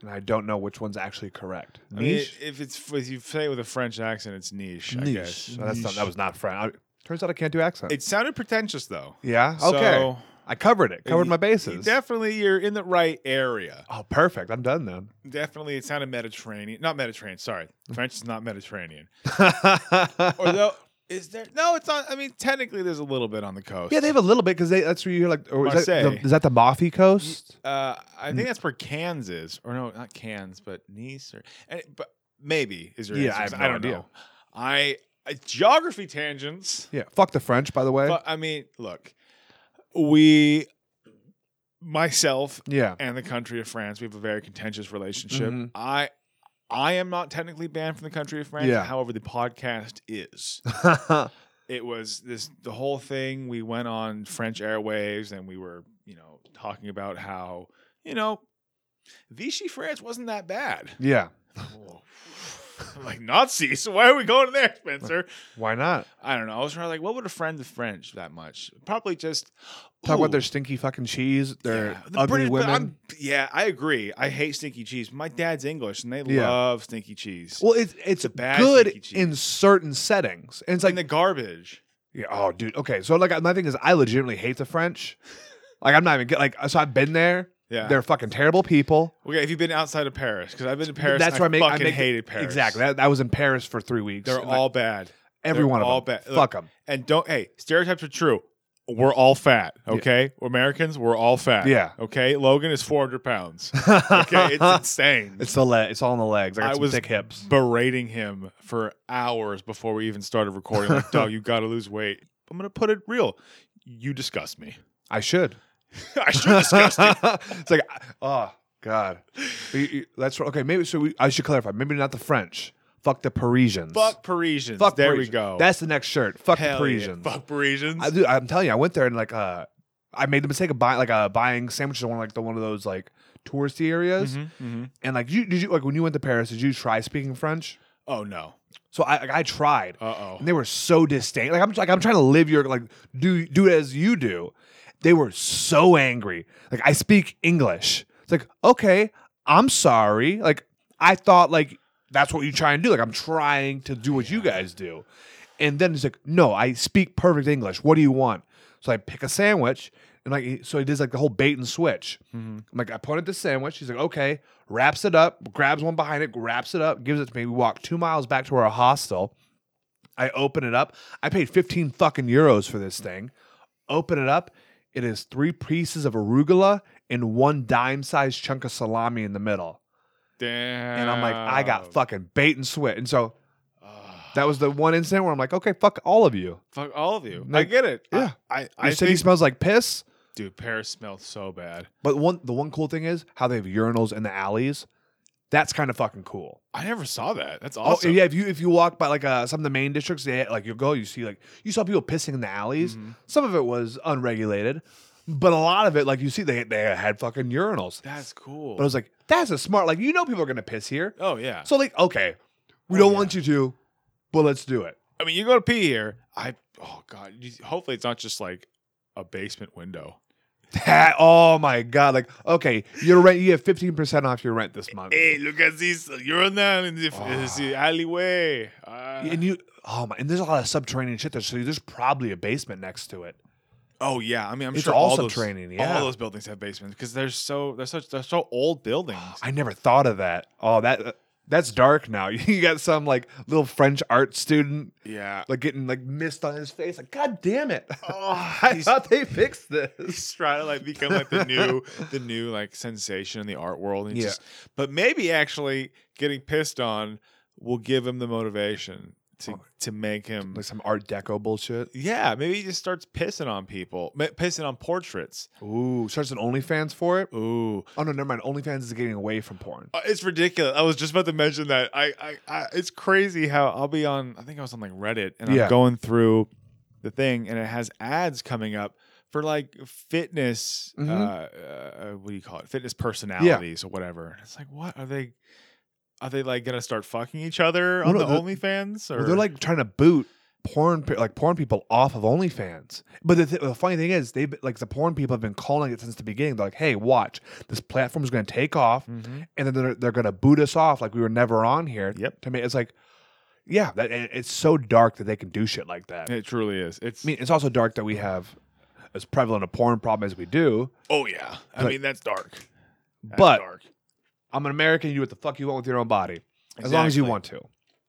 S2: and I don't know which one's actually correct.
S1: I mean,
S2: Niche,
S1: if it's if you say it with a French accent, it's niche. I guess
S2: So that's not, that was not French. I, Turns out I can't do accents.
S1: It sounded pretentious though.
S2: yeah. Okay.
S1: So-
S2: I covered it. Covered
S1: You-
S2: my
S1: You
S2: bases.
S1: definitely, you're in the right area.
S2: oh, perfect. I'm done then.
S1: Definitely, it sounded Mediterranean. Not Mediterranean. Sorry, French is not Mediterranean. Or though, is there? No, it's not. I mean, technically, there's a little bit on the coast.
S2: yeah, they have a little bit because that's where you're like. Or is, that the,
S1: Marseille.
S2: is that the Mafi Coast?
S1: Uh, I
S2: Mm.
S1: think that's where Cannes is, or no, not Cannes, but Nice, or and, but maybe is your
S2: Yeah,
S1: answer,
S2: I have
S1: 'cause
S2: no
S1: don't
S2: idea.
S1: know. I, I geography tangents.
S2: Yeah. Fuck the French, by the way.
S1: But I mean, look, we, myself
S2: Yeah.
S1: and the country of France, we have a very contentious relationship.
S2: Mhm.
S1: I. I am not technically banned from the country of France.
S2: Yeah.
S1: However, the podcast is. it was this the whole thing we went on french airwaves and we were you know talking about how you know vichy france wasn't that bad
S2: yeah.
S1: I'm like nazis so why are we going there spencer
S2: Why not?
S1: i don't know i was trying to like what would a friend of french that much probably just
S2: Talk
S1: Ooh,
S2: about their stinky fucking cheese, their
S1: yeah, the
S2: ugly
S1: British- but
S2: women.
S1: I'm- yeah i agree i hate stinky cheese my dad's english and they
S2: Yeah.
S1: love stinky cheese
S2: well, it's it's
S1: a bad
S2: good
S1: stinky cheese.
S2: in certain settings, and it's
S1: like
S2: like
S1: in the garbage
S2: Yeah, oh, dude. Okay. So, like, my thing is, I legitimately hate the French. like, I'm not even, get- like, so I've been there.
S1: yeah
S2: They're fucking terrible people.
S1: okay have you been outside of paris because i've been to paris
S2: That's
S1: and
S2: where
S1: I,
S2: I make- I
S1: fucking
S2: make-
S1: hated paris
S2: Exactly. That, that was in Paris for three weeks.
S1: They're
S2: And, like,
S1: all bad.
S2: every
S1: they're
S2: one of
S1: all uh,
S2: them.
S1: ba- look,
S2: Fuck them.
S1: And don't hey, stereotypes are true. We're all fat, okay? We're Americans, we're all fat.
S2: Yeah.
S1: Okay. Logan is four hundred pounds. Okay. it's insane.
S2: it's the le- It's all in the legs. I got
S1: I
S2: some
S1: was-
S2: thick hips.
S1: Berating him for hours before we even started recording. Like, dog, you gotta lose weight. I'm gonna put it real. You disgust me.
S2: I should.
S1: I should disgust you.
S2: it's like, oh god. You- you- that's okay. Maybe so. We, I should clarify. Maybe not the French. Fuck the Parisians.
S1: Fuck Parisians.
S2: Fuck
S1: there
S2: Parisians.
S1: we go.
S2: That's the next shirt. Fuck
S1: Hell yeah.
S2: the Parisians.
S1: Fuck Parisians.
S2: I, dude, I'm telling you, I went there and like uh, I made the mistake of buying like uh, buying sandwiches at one like the one of those like touristy areas.
S1: Mhm, mhm.
S2: And like, you did you like when you went to Paris? Did you try speaking French?
S1: Oh no.
S2: So I like, I tried,
S1: Uh oh.
S2: and they were so disdain. Like I'm like I'm trying to live your like do do as you do. They were so angry. Like I speak English. It's like okay, I'm sorry. Like I thought like that's what you try and do. Like I'm trying to do what you guys do. And then he's like, no, I speak perfect English. What do you want? So I pick a sandwich. And like he- so he does like the whole bait and switch. I'm like, I point at the sandwich. He's like, okay, wraps it up, grabs one behind it, wraps it up, gives it to me. We walk two miles back to our hostel. I open it up. I paid 15 fucking euros for this thing. Open it up. It is three pieces of arugula and one dime sized chunk of salami in the middle.
S1: Damn.
S2: And I'm like, I got fucking bait and switch. And so
S1: Ah.
S2: that was the one incident where I'm like, okay, fuck all of you.
S1: Fuck all of you. I
S2: Like,
S1: get it. I-
S2: yeah.
S1: I, I,
S2: Your city
S1: think,
S2: smells like piss.
S1: dude, Paris smelled so bad.
S2: But one the one cool thing is how they have urinals in the alleys. That's kind of fucking cool.
S1: I never saw that. That's
S2: Oh
S1: awesome.
S2: yeah, if you if you walk by like uh, some of the main districts, they like you go, you see like you saw people pissing in the alleys.
S1: Mhm.
S2: Some of it was unregulated, but a lot of it, like you see, they they had fucking urinals.
S1: That's cool.
S2: But I was like, that's a smart. Like you know, people are gonna piss here,
S1: oh yeah.
S2: so like okay, we
S1: Oh,
S2: don't
S1: yeah.
S2: want you to, but let's do it.
S1: I mean, you go to pee here. I oh god. You- hopefully, it's not just like a basement window.
S2: That oh my god, like okay, your rent you have fifteen percent off your rent this month,
S1: Hey, look at this urinal in the,
S2: Ah.
S1: uh, the alleyway. Uh,
S2: and you oh my, and there's a lot of subterranean shit there, so there's probably a basement next to it.
S1: oh yeah. I mean, I'm
S2: it's
S1: sure all
S2: all
S1: those
S2: subterranean, yeah.
S1: all those buildings have basements because they're so they're such they're so old buildings.
S2: I never thought of that. Oh, that that's dark now. You got some like little French art student
S1: yeah.
S2: like getting like mist on his face. Like, god damn it!
S1: Oh,
S2: I
S1: these-
S2: thought they fixed this.
S1: he's trying to like become like the new the new like sensation in the art world and he's
S2: Yeah.
S1: just, but maybe actually getting pissed on will give him the motivation to
S2: Oh.
S1: to make him
S2: Like some Art Deco bullshit.
S1: yeah maybe he just starts pissing on people ma- pissing on portraits
S2: Ooh, starts an OnlyFans for it.
S1: ooh
S2: Oh no, never mind. OnlyFans is getting away from porn.
S1: Uh, it's ridiculous i was just about to mention that I, I i it's crazy how i'll be on i think i was on like reddit and i'm
S2: Yeah.
S1: going through the thing and it has ads coming up for like fitness
S2: Mhm.
S1: uh, uh what do you call it fitness personalities or whatever And it's like what are they are they like gonna start fucking each other
S2: Well,
S1: on
S2: no,
S1: the
S2: the-
S1: OnlyFans? Or
S2: Well, they're like trying to boot porn, pe- like porn people off of OnlyFans. But the, th- the funny thing is, they like the porn people have been calling it since the beginning. They're like, "Hey, watch, this platform's going to take off,
S1: Mhm.
S2: and then they're, they're going to boot us off like we were never on here."
S1: Yep.
S2: To me, it's like Yeah, that, and it's so dark that they can do shit like that.
S1: It truly is. It's
S2: I mean, it's also dark that we have as prevalent a porn problem as we do.
S1: oh yeah. I
S2: But-
S1: mean that's dark. That's
S2: but
S1: dark.
S2: I'm an American. You do what the fuck you want with your own body, as long as you
S1: Exactly.
S2: want to.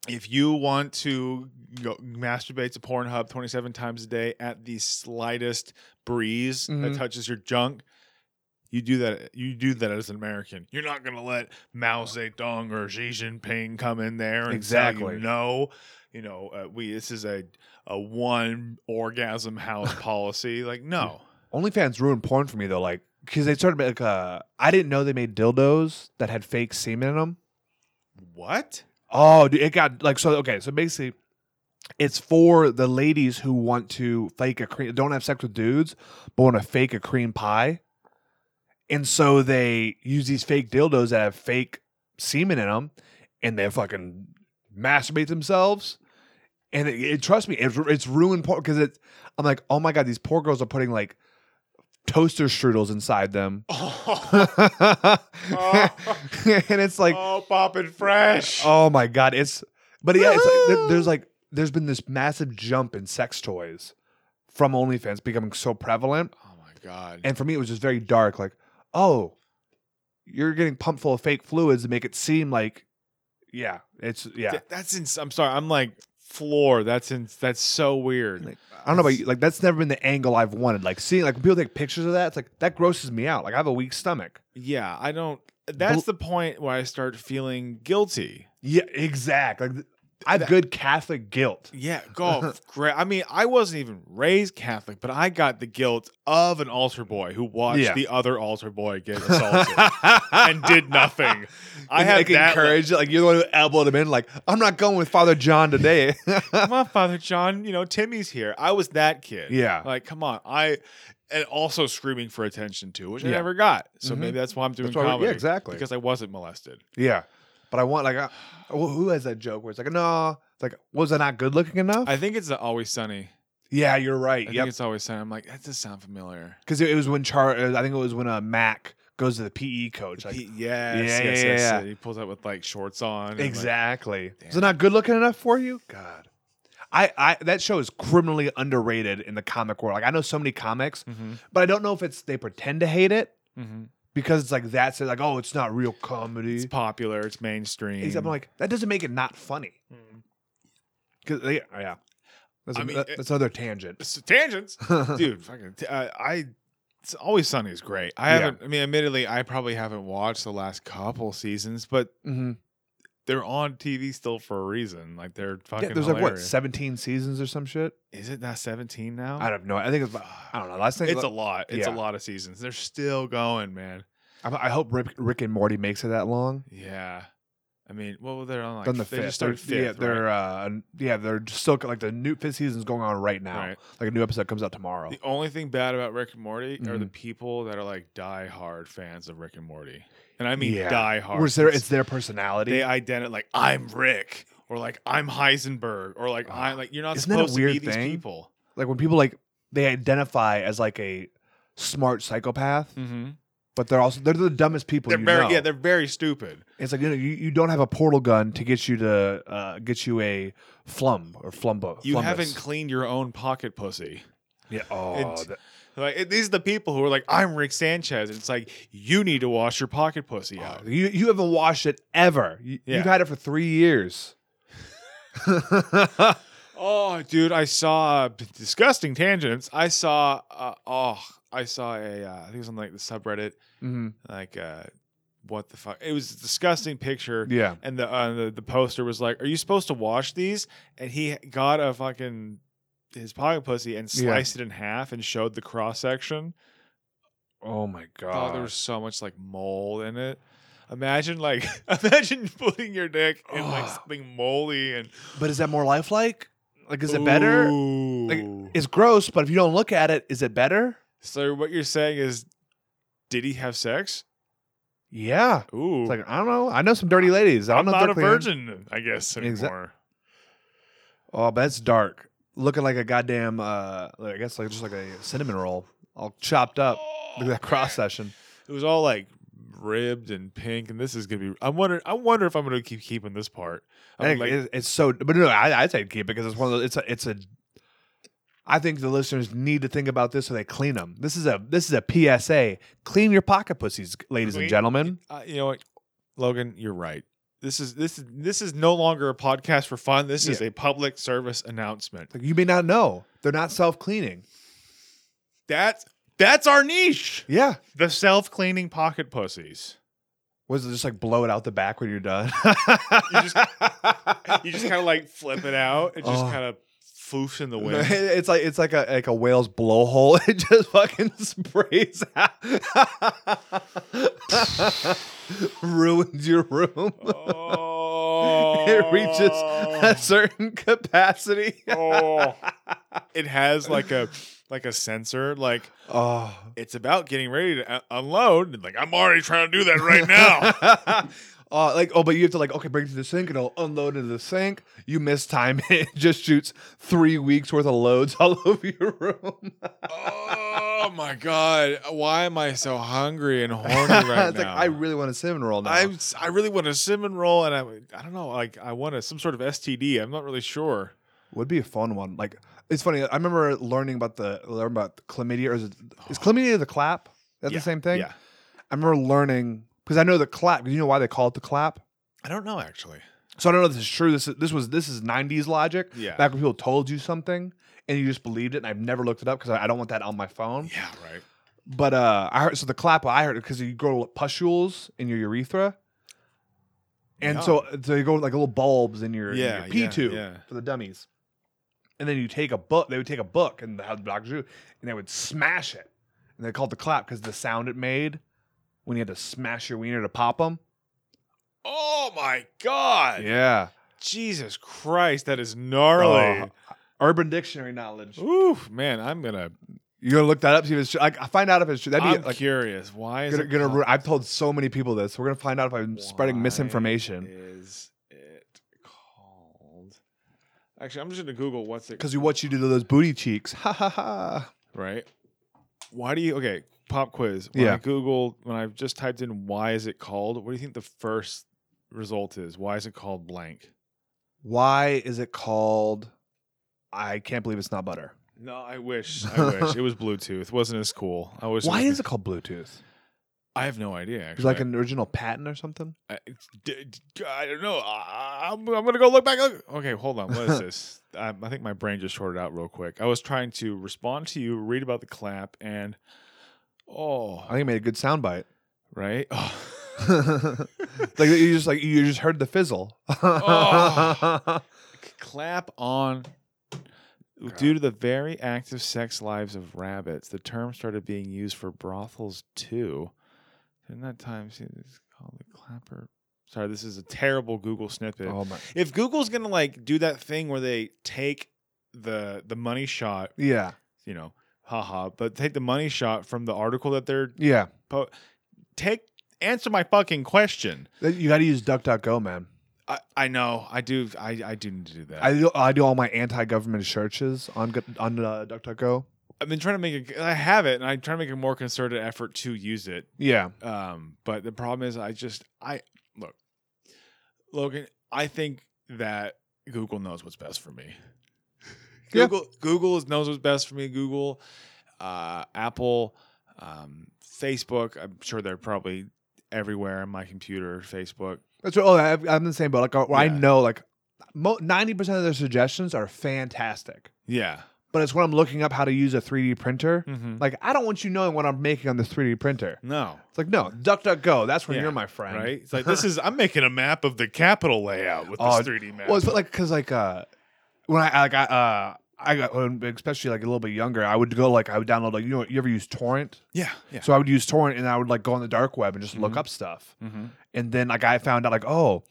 S1: if you want to go, masturbate to Pornhub 27 times a day at the slightest breeze that
S2: Mhm.
S1: touches your junk, you do that. You do that as an American. You're not going to let Mao Zedong or Xi Jinping come in there and tell
S2: Exactly.
S1: you no. You know, uh, we this is a a one orgasm house policy. Like no,
S2: OnlyFans ruined porn for me though, like because they started like uh, I didn't know they made dildos that had fake semen in them.
S1: what?
S2: Oh, dude, it got like so. Okay, so basically, it's for the ladies who want to fake a cream, don't have sex with dudes, but want to fake a cream pie, and so they use these fake dildos that have fake semen in them, and they fucking masturbate themselves. And it, it trust me, it's it's ruined porn because it. I'm like, oh my god, these poor girls are putting like toaster strudels inside them.
S1: Oh,
S2: and it's like
S1: oh popping fresh.
S2: Oh my god, it's but yeah, it's like there- there's like there's been this massive jump in sex toys from OnlyFans becoming so prevalent,
S1: Oh my god.
S2: and for me it was just very dark. Like, oh, you're getting pumped full of fake fluids to make it seem like, yeah, it's yeah.
S1: Th- that's ins- I'm sorry. I'm like floor. That's in- that's so weird.
S2: Like, I don't know about you. Like that's never been the angle I've wanted. Like seeing like when people take pictures of that, it's like that grosses me out. Like I have a weak stomach.
S1: Yeah, I don't. That's the point where I start feeling guilty.
S2: Yeah, exactly. Like I have
S1: That-
S2: good Catholic guilt.
S1: Yeah, golf. great. I mean, I wasn't even raised Catholic, but I got the guilt of an altar boy who watched
S2: Yeah.
S1: the other altar boy get assaulted and did nothing. I
S2: And,
S1: had
S2: like,
S1: that.
S2: encourage like you're the one who elbowed him in. Like I'm not going with Father John today.
S1: Come on, Father John. You know Timmy's here. I was that kid.
S2: yeah,
S1: Like, come on. I and also screaming for attention too, which I
S2: Yeah.
S1: never got. So
S2: Mhm.
S1: maybe that's why I'm doing
S2: why we- yeah,
S1: comedy.
S2: exactly.
S1: Because I wasn't molested.
S2: yeah. But I want like, I, who who has that joke where it's like, no, it's like, was I not good looking enough?
S1: I think it's the Always Sunny.
S2: yeah, you're right.
S1: I
S2: Yep.
S1: think it's Always Sunny. I'm like, that does sound familiar.
S2: Because it, it was when Char. I think it was when uh, Mac goes to the PE coach. Like,
S1: He- yes,
S2: Yeah,
S1: yes,
S2: yeah,
S1: yes,
S2: yeah.
S1: yes. He pulls out with like shorts on. E and, like-
S2: exactly.
S1: Damn.
S2: Was I not good looking enough for you? God. I, I that show is criminally underrated in the comic world. Like I know so many comics,
S1: Mhm,
S2: but I don't know if it's they pretend to hate it
S1: mhm.
S2: because it's like that's it. Like oh, it's not real comedy.
S1: It's popular. It's mainstream. Mm.
S2: Except I'm like, that doesn't make it not funny. Because yeah, yeah. That's,
S1: I
S2: a-
S1: mean,
S2: that-
S1: it-
S2: that's another tangent.
S1: It's tangents,
S2: Dude,
S1: dude. Fucking, t- uh, I. It's Always Sunny is great. I
S2: Yeah.
S1: haven't. I mean, admittedly, I probably haven't watched the last couple seasons, but
S2: Mm-hmm.
S1: they're on TV still for a reason. Like they're fucking.
S2: yeah, there's like what
S1: hilarious.
S2: 17 seasons or some shit.
S1: Is it not 17 now?
S2: I don't know. I think it's about- I don't know. Last thing
S1: It's a lot. It's
S2: Yeah.
S1: a lot of seasons. They're still going, man.
S2: I, I hope Rick, Rick and Morty makes it that long.
S1: Yeah. I mean, well, they're on like
S2: Then the
S1: they
S2: fifth.
S1: just started
S2: They're- yeah,
S1: fifth.
S2: they're
S1: right?
S2: uh, yeah, they're just still like the new fifth season's going on right now.
S1: Right.
S2: Like a new episode comes out tomorrow.
S1: The only thing bad about Rick and Morty are
S2: Mm-hmm.
S1: the people that are like die-hard fans of Rick and Morty, and I mean
S2: Yeah.
S1: die-hard.
S2: Where it's their,
S1: It's-
S2: it's their personality.
S1: they identify like I'm Rick or like I'm Heisenberg or like
S2: Ah.
S1: I'm like you're not
S2: Isn't that a
S1: supposed to be
S2: weird
S1: these
S2: thing?
S1: people.
S2: like when people like they identify as like a smart psychopath,
S1: Mm-hmm.
S2: but they're also they're the dumbest people.
S1: They're
S2: you
S1: very
S2: know.
S1: yeah, they're very stupid.
S2: It's like you know you, you don't have a portal gun to get you to uh, get you a flum or flumbo.
S1: You
S2: flumbus.
S1: haven't cleaned your own pocket pussy.
S2: yeah. Oh,
S1: it-
S2: that-
S1: Like it- these are the people who are like I'm Rick Sanchez, and it's like you need to wash your pocket pussy out.
S2: you you haven't washed it ever. You,
S1: Yeah.
S2: You've had it for three years. Mm-hmm.
S1: Oh, dude, I saw uh, disgusting tangents. I saw, uh, oh, I saw a, uh, I think it was on like the subreddit,
S2: Mhm.
S1: like, uh, what the fuck? It was a disgusting picture.
S2: Yeah.
S1: And the, uh, the the poster was like, "Are you supposed to wash these?" And he got a fucking his pocket pussy and
S2: Yeah.
S1: sliced it in half and showed the cross section.
S2: Oh my
S1: Oh,
S2: god.
S1: there was so much like mold in it. Imagine like imagine putting your dick in like
S2: Ugh.
S1: something moldy and
S2: but is that more lifelike? Like, is it better? Like,
S1: Ooh.
S2: it's gross, but if you don't look at it, is it better?
S1: So what you're saying is, did he have sex?
S2: Yeah.
S1: Ooh,
S2: It's like I don't know. I know some dirty ladies. I
S1: I'm
S2: don't know if
S1: not
S2: they're
S1: a
S2: clean.
S1: virgin, I guess
S2: Exa-
S1: anymore.
S2: Oh, but that's dark. Looking like a goddamn, uh, I guess like just like a cinnamon roll, all chopped up. Look at that cross section.
S1: It was all like ribbed and pink, and this is gonna be. I wonder. I wonder if I'm gonna keep keeping this part.
S2: I
S1: I'm
S2: think
S1: like,
S2: it's, it's so, but no, I, I say keep it because it's one of those. It's a, it's a. I think the listeners need to think about this so they clean them. This is a this is a PSA. Clean your pocket pussies, ladies
S1: Clean-
S2: and gentlemen.
S1: uh, you know what, Logan, you're right. This is this is this is no longer a podcast for fun. This is a public service announcement.
S2: Like, you may not know they're not self cleaning.
S1: That's that's our niche.
S2: Yeah,
S1: The self cleaning pocket pussies.
S2: was it just like blow it out the back when you're done?
S1: You just you just kind of like flip it out. It just
S2: Oh.
S1: kind of foofs in the
S2: No, it-
S1: wind.
S2: It's like it's like a like a whale's blowhole. It just fucking sprays out, ruins your room.
S1: oh,
S2: It reaches a certain capacity.
S1: oh. It has like a like a sensor. Like
S2: Oh,
S1: it's about getting ready to uh, unload. And like I'm already trying to do that right now.
S2: Oh, like oh, but you have to like okay, bring it to the sink and it'll unload into the sink. You miss time. It just shoots three weeks worth of loads all over your room.
S1: oh my god! Why am I so hungry and horny right
S2: it's like
S1: now?
S2: I really want a cinnamon roll now.
S1: I I really want a cinnamon roll, and I I don't know, like I want a some sort of STD. I'm not really sure.
S2: Would be a fun one. Like it's funny. I remember learning about the learn about chlamydia. Or is, it, is chlamydia the clap? That's
S1: Oh. Yeah,
S2: the same thing.
S1: Yeah,
S2: I remember learning because I know the clap. 'cause You know why they call it the clap?
S1: I don't know actually.
S2: So I don't know if this is true. This is, this was this is '90s logic.
S1: Yeah.
S2: Back when people told you something and you just believed it, and I've never looked it up because I, I don't want that on my phone.
S1: Yeah, right.
S2: But uh, I heard so the clap I heard because you grow pustules in your urethra, and
S1: Yeah.
S2: so so you go like little bulbs in your, in your
S1: Yeah,
S2: pee
S1: yeah,
S2: tube
S1: yeah.
S2: for the dummies, and then you take a book. They would take a book and how the doctors do, and they would smash it, and they called the clap because the sound it made when you had to smash your wiener to pop them.
S1: Oh my god!
S2: Yeah, Uh,
S1: Jesus Christ, that is
S2: Oh,
S1: gnarly.
S2: Urban Dictionary knowledge.
S1: Ooh, man, I'm gonna.
S2: You gotta look that up. See if it's true. Like, I find out if it's true. That'd be
S1: I'm
S2: like
S1: curious. Why is
S2: gonna,
S1: it
S2: gonna
S1: called-
S2: ruin- I've told so many people this. We're gonna find out if I'm spreading
S1: Why
S2: misinformation.
S1: Is it called? Actually, I'm just gonna Google what's it
S2: Because you what you do to those booty cheeks. Ha ha ha.
S1: right? Why do you okay? Pop quiz. When I
S2: Yeah.
S1: Googled when I just typed in why is it called? What do you think the first result is? Why is it called blank?
S2: Why is it called? I can't believe it's not butter.
S1: No, I wish. I wish it was Bluetooth. wasn't as cool. I was.
S2: Why is it called Bluetooth?
S1: I have no idea.
S2: Is it
S1: Actually,
S2: like an original patent or something?
S1: I, it's- d- d- I don't know. I, I'm, I'm gonna go look back. Look. Okay, hold on. What is this? I, I think my brain just shorted out real quick. I was trying to respond to you, read about the clap, and oh,
S2: I think it made a good soundbite.
S1: right. Oh,
S2: like you just like you just heard the fizzle.
S1: Oh. clap on. Due to the very active sex lives of rabbits, the term started being used for brothels too. In that time, see, it's called the clapper. Sorry, this is a terrible Google snippet.
S2: Oh my.
S1: If Google's gonna like do that thing where they take the the money shot,
S2: Yeah.
S1: you know, haha, but take the money shot from the article that they're
S2: Yeah.
S1: po- take answer my fucking question.
S2: You got to use DuckDuckGo, man.
S1: I, I know I do I, I do need to do that.
S2: I do, I do all my anti-government searches on Gu- on uh, DuckDuckGo.
S1: I've been trying to make a. I have it, and I try to make a more concerted effort to use it.
S2: Yeah.
S1: Um, but the problem is, I just I look, Logan. I think that Google knows what's best for me.
S2: Yeah.
S1: Google Google is- knows what's best for me. Google, uh, Apple, um, Facebook. I'm sure they're probably everywhere on my computer. Facebook.
S2: That's what, oh, I, I'm the same boat. Like uh, I
S1: Yeah.
S2: know like ninety percent of their suggestions are fantastic,
S1: Yeah.
S2: but it's when I'm looking up how to use a 3D printer.
S1: Mm-hmm.
S2: Like I don't want you knowing what I'm making on this 3D printer.
S1: No.
S2: It's like no, DuckDuckGo. That's when
S1: Yeah,
S2: you're my friend,
S1: Right. It's like this is. I'm making a map of the Capitol layout with
S2: Oh,
S1: this 3D map.
S2: Well, it's like because like uh, when I like I uh. I got when- especially like a little bit younger. I would go like I would download like you know you ever use torrent,
S1: yeah. Yeah.
S2: so I would use torrent and I would like go on the dark web and just look
S1: Mhm.
S2: up stuff.
S1: mm-hmm.
S2: and then like I found out like oh,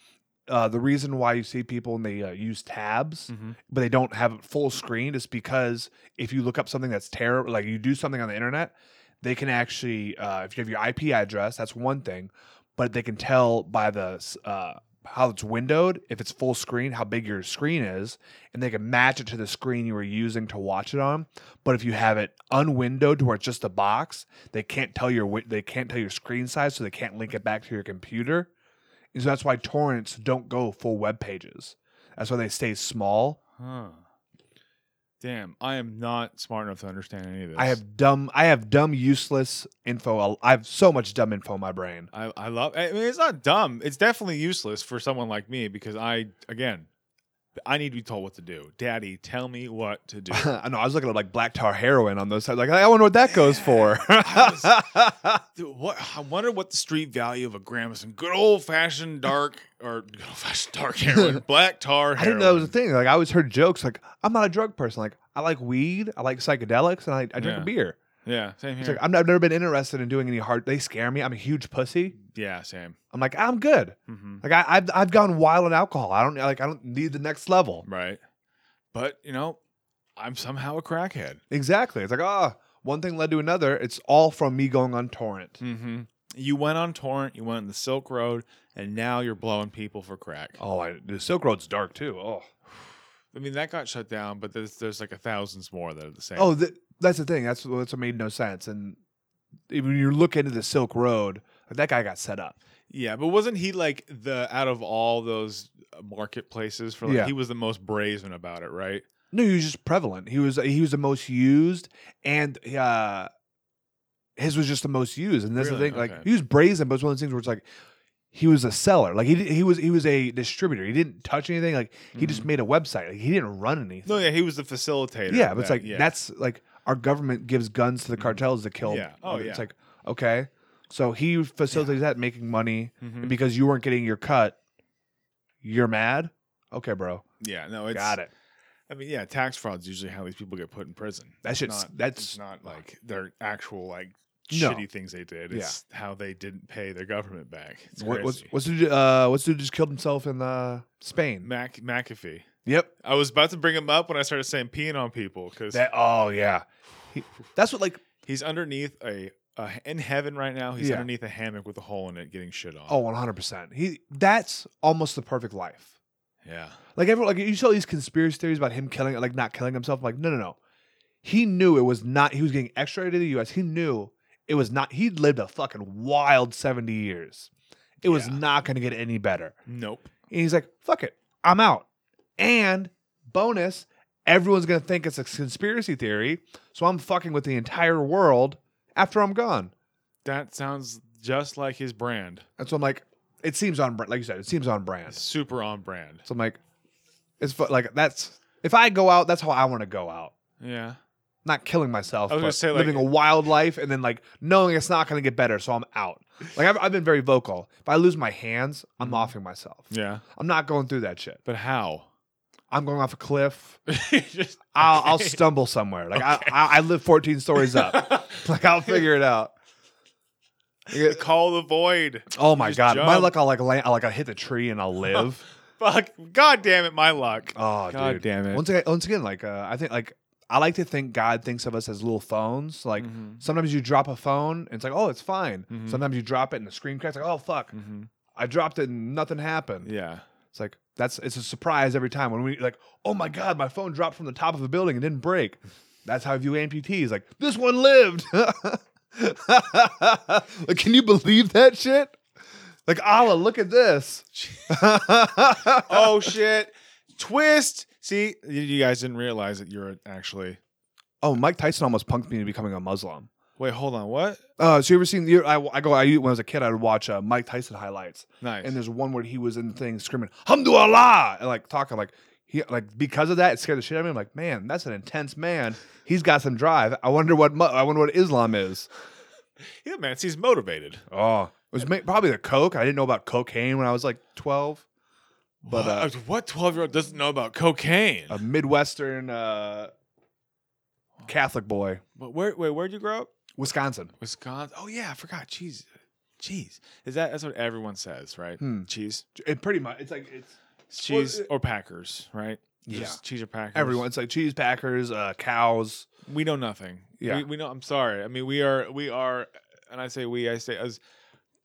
S2: uh, the reason why you see people and they uh, use tabs
S1: Mhm.
S2: but they don't have it full screen is because if you look up something that's terrible, like you do something on the internet, they can actually uh, if you have your IP address, that's one thing, but they can tell by the s- uh, how it's windowed, if it's full screen, how big your screen is, and they can match it to the screen you were using to watch it on. But if you have it unwindowed to where it's just a box, they can't tell your wi- they can't tell your screen size, so they can't link it back to your computer. And so that's why torrents don't go full web pages. That's why they stay small.
S1: Huh. Damn, I am not smart enough to understand any of this.
S2: I have dumb I have dumb useless info. I have so much dumb info in my brain.
S1: I, I love. I mean, it's not dumb. It's definitely useless for someone like me because I, again, I need to be told what to do. Daddy, tell me what to do.
S2: I know I was looking at like black tar heroin on those sides. Like I wonder what that goes for.
S1: Dude, what I wonder what the street value of a gram of some good old fashioned dark or good old fashioned dark heroin, black tar. Heroin.
S2: I didn't know that was a thing. Like I always heard jokes like I'm not a drug person. Like I like weed, I like psychedelics, and I, I drink
S1: Yeah.
S2: a beer.
S1: Yeah, same
S2: It's
S1: here.
S2: like I'm, I've never been interested in doing any hard. They scare me. I'm a huge pussy.
S1: yeah, same.
S2: I'm like I'm good.
S1: hmm
S2: Like I, I've I've gone wild on alcohol. I don't like I don't need the next level.
S1: Right, but you know, I'm somehow a crackhead.
S2: Exactly. It's like ah, one thing led to another. It's all from me going on torrent.
S1: Mm-hmm. You went on torrent, you went on the Silk Road, and now you're blowing people for crack.
S2: Oh, I, the Silk Road's dark too. Oh,
S1: I mean, that got shut down, but there's, there's like a thousands more that are the same.
S2: oh, th- that's the thing. That's that's what made no sense. And when you look into the Silk Road, like, that guy got set up.
S1: yeah, but wasn't he like the out of all those uh, marketplaces for like
S2: Yeah.
S1: he was the most brazen about it, right?
S2: No, he was just prevalent. He was he was the most used, and uh, his was just the most used. And that's
S1: Really?
S2: the thing. Like
S1: Okay.
S2: he was brazen, but it's one of those things where it's like he was a seller. Like he did, he was he was a distributor. He didn't touch anything. Like he just made a website. Like he didn't run anything.
S1: No, yeah, he was the facilitator.
S2: yeah,
S1: of
S2: but it's
S1: that,
S2: like
S1: yeah.
S2: that's like our government gives guns to the cartels to kill.
S1: Yeah. Oh,
S2: it's
S1: yeah.
S2: like okay, so he facilitated that, making money,
S1: Mhm.
S2: and because you weren't getting your cut, you're mad. Okay, bro,
S1: yeah. No, it's
S2: got it.
S1: I mean, yeah, tax fraud's usually how these people get put in prison.
S2: That
S1: It's
S2: shit's-
S1: not,
S2: that's-
S1: it's not like their actual like
S2: No.
S1: shitty things they did.
S2: Yeah.
S1: It's how they didn't pay their government back. It's
S2: What, what's
S1: crazy.
S2: what's the dude, uh what's the dude just killed himself in uh Spain?
S1: Mac McAfee?
S2: Yep.
S1: I was about to bring him up when I started saying peeing on people because
S2: That oh yeah. He- that's what like
S1: he's underneath a, a in heaven right now. He's
S2: Yeah.
S1: underneath a hammock with a hole in it, getting shit on.
S2: oh 100%. He that's almost the perfect life.
S1: yeah,
S2: Like everyone like you saw these conspiracy theories about him killing like not killing himself I'm like no no no. He knew it was not he was getting extradited to the US. He knew it was not he lived a fucking wild 70 years. It was
S1: Yeah.
S2: not going to get any better.
S1: nope.
S2: And he's like, fuck it, I'm out. And bonus, everyone's going to think it's a conspiracy theory. So I'm fucking with the entire world after I'm gone.
S1: That sounds just like his brand.
S2: And so I'm like, it seems on brand. Like you said, it seems on brand. So
S1: Super on brand.
S2: I'm like, it's fu- like, that's, if I go out, that's how I want to go out.
S1: Yeah,
S2: Not killing myself,
S1: I was gonna
S2: but
S1: say, like-
S2: living a wild life and then like knowing it's not going to get better. So I'm out. Like I've, I've been very vocal. If I lose my hands, I'm offing myself.
S1: Mm-hmm. yeah.
S2: I'm not going through that shit.
S1: But how?
S2: I'm going off a cliff.
S1: Just-
S2: I'll, I'll
S1: okay.
S2: stumble somewhere. Like
S1: Okay.
S2: I, I, I live 14 stories up. like I'll figure it out. Like,
S1: Call the void.
S2: oh my
S1: Just
S2: god, my
S1: jump.
S2: luck! I'll like land, I'll like I'll hit the tree and I'll live.
S1: Fuck. God damn it, my luck.
S2: oh
S1: God
S2: dude.
S1: damn it.
S2: Once again, once again, like uh, I think like I like to think God thinks of us as little phones. Like
S1: Mhm.
S2: sometimes you drop a phone and it's like oh it's fine.
S1: Mhm.
S2: Sometimes you drop it and the screen cracks like oh fuck
S1: Mhm.
S2: I dropped it and nothing happened.
S1: Yeah.
S2: It's like that's it's a surprise every time when we like, oh my god, my phone dropped from the top of a building and didn't break. That's how I view amputees. Like this one lived. like, can you believe that shit? Like Allah, look at this. oh,
S1: Oh shit. Twist. See, you- you guys didn't realize that you're actually.
S2: Oh, Mike Tyson almost punked me into becoming a Muslim.
S1: Wait, hold on. What?
S2: Uh, so you ever seen? You, I, I go. I when I was a kid, I would watch uh, Mike Tyson highlights,
S1: Nice.
S2: and there's one where he was in the thing screaming "Hamdulillah" and like talking like he like because of that it scared the shit out of me. I'm like, man, that's an intense man. He's got some drive. I wonder what mu- I wonder what Islam is.
S1: yeah, man. He's motivated.
S2: Oh, it was ma- probably the coke. I didn't know about cocaine when I was like 12.
S1: But
S2: But,
S1: uh,
S2: uh,
S1: what twelve year old doesn't know about cocaine?
S2: A midwestern uh, Catholic boy,
S1: but where? Wait, where'd you grow up?
S2: Wisconsin.
S1: Wisconsin. Oh yeah, I forgot. Cheese. Cheese. Is that? That's what everyone says, right?
S2: Hmm.
S1: Cheese.
S2: It pretty much. It's like it's
S1: It's cheese
S2: it-
S1: or Packers, right?
S2: Yeah.
S1: Just cheese or Packers.
S2: everyone. It's like cheese packers, uh, cows.
S1: we know nothing.
S2: Yeah.
S1: we, we know. I'm sorry. I mean, we are we are, and I say we. I say as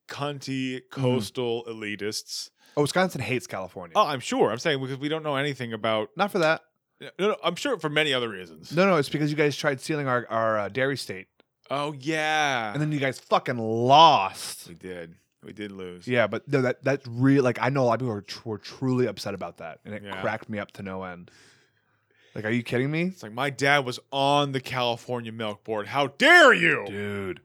S1: cunty
S2: Mm.
S1: coastal elitists.
S2: Oh, Wisconsin hates California.
S1: Oh, I'm sure. I'm saying because we don't know anything about.
S2: Not for that.
S1: No, no, I'm sure for many other reasons.
S2: No, no, it's because you guys tried stealing our, our uh, dairy state,
S1: Oh yeah,
S2: and then you guys fucking lost.
S1: we did. We did lose.
S2: Yeah, but no, that that's real. Like I know a lot of people are tr- were truly upset about that, and it
S1: Yeah.
S2: cracked me up to no end. Like, are you kidding me,
S1: It's like my dad was on the California Milk Board. How dare you?
S2: dude?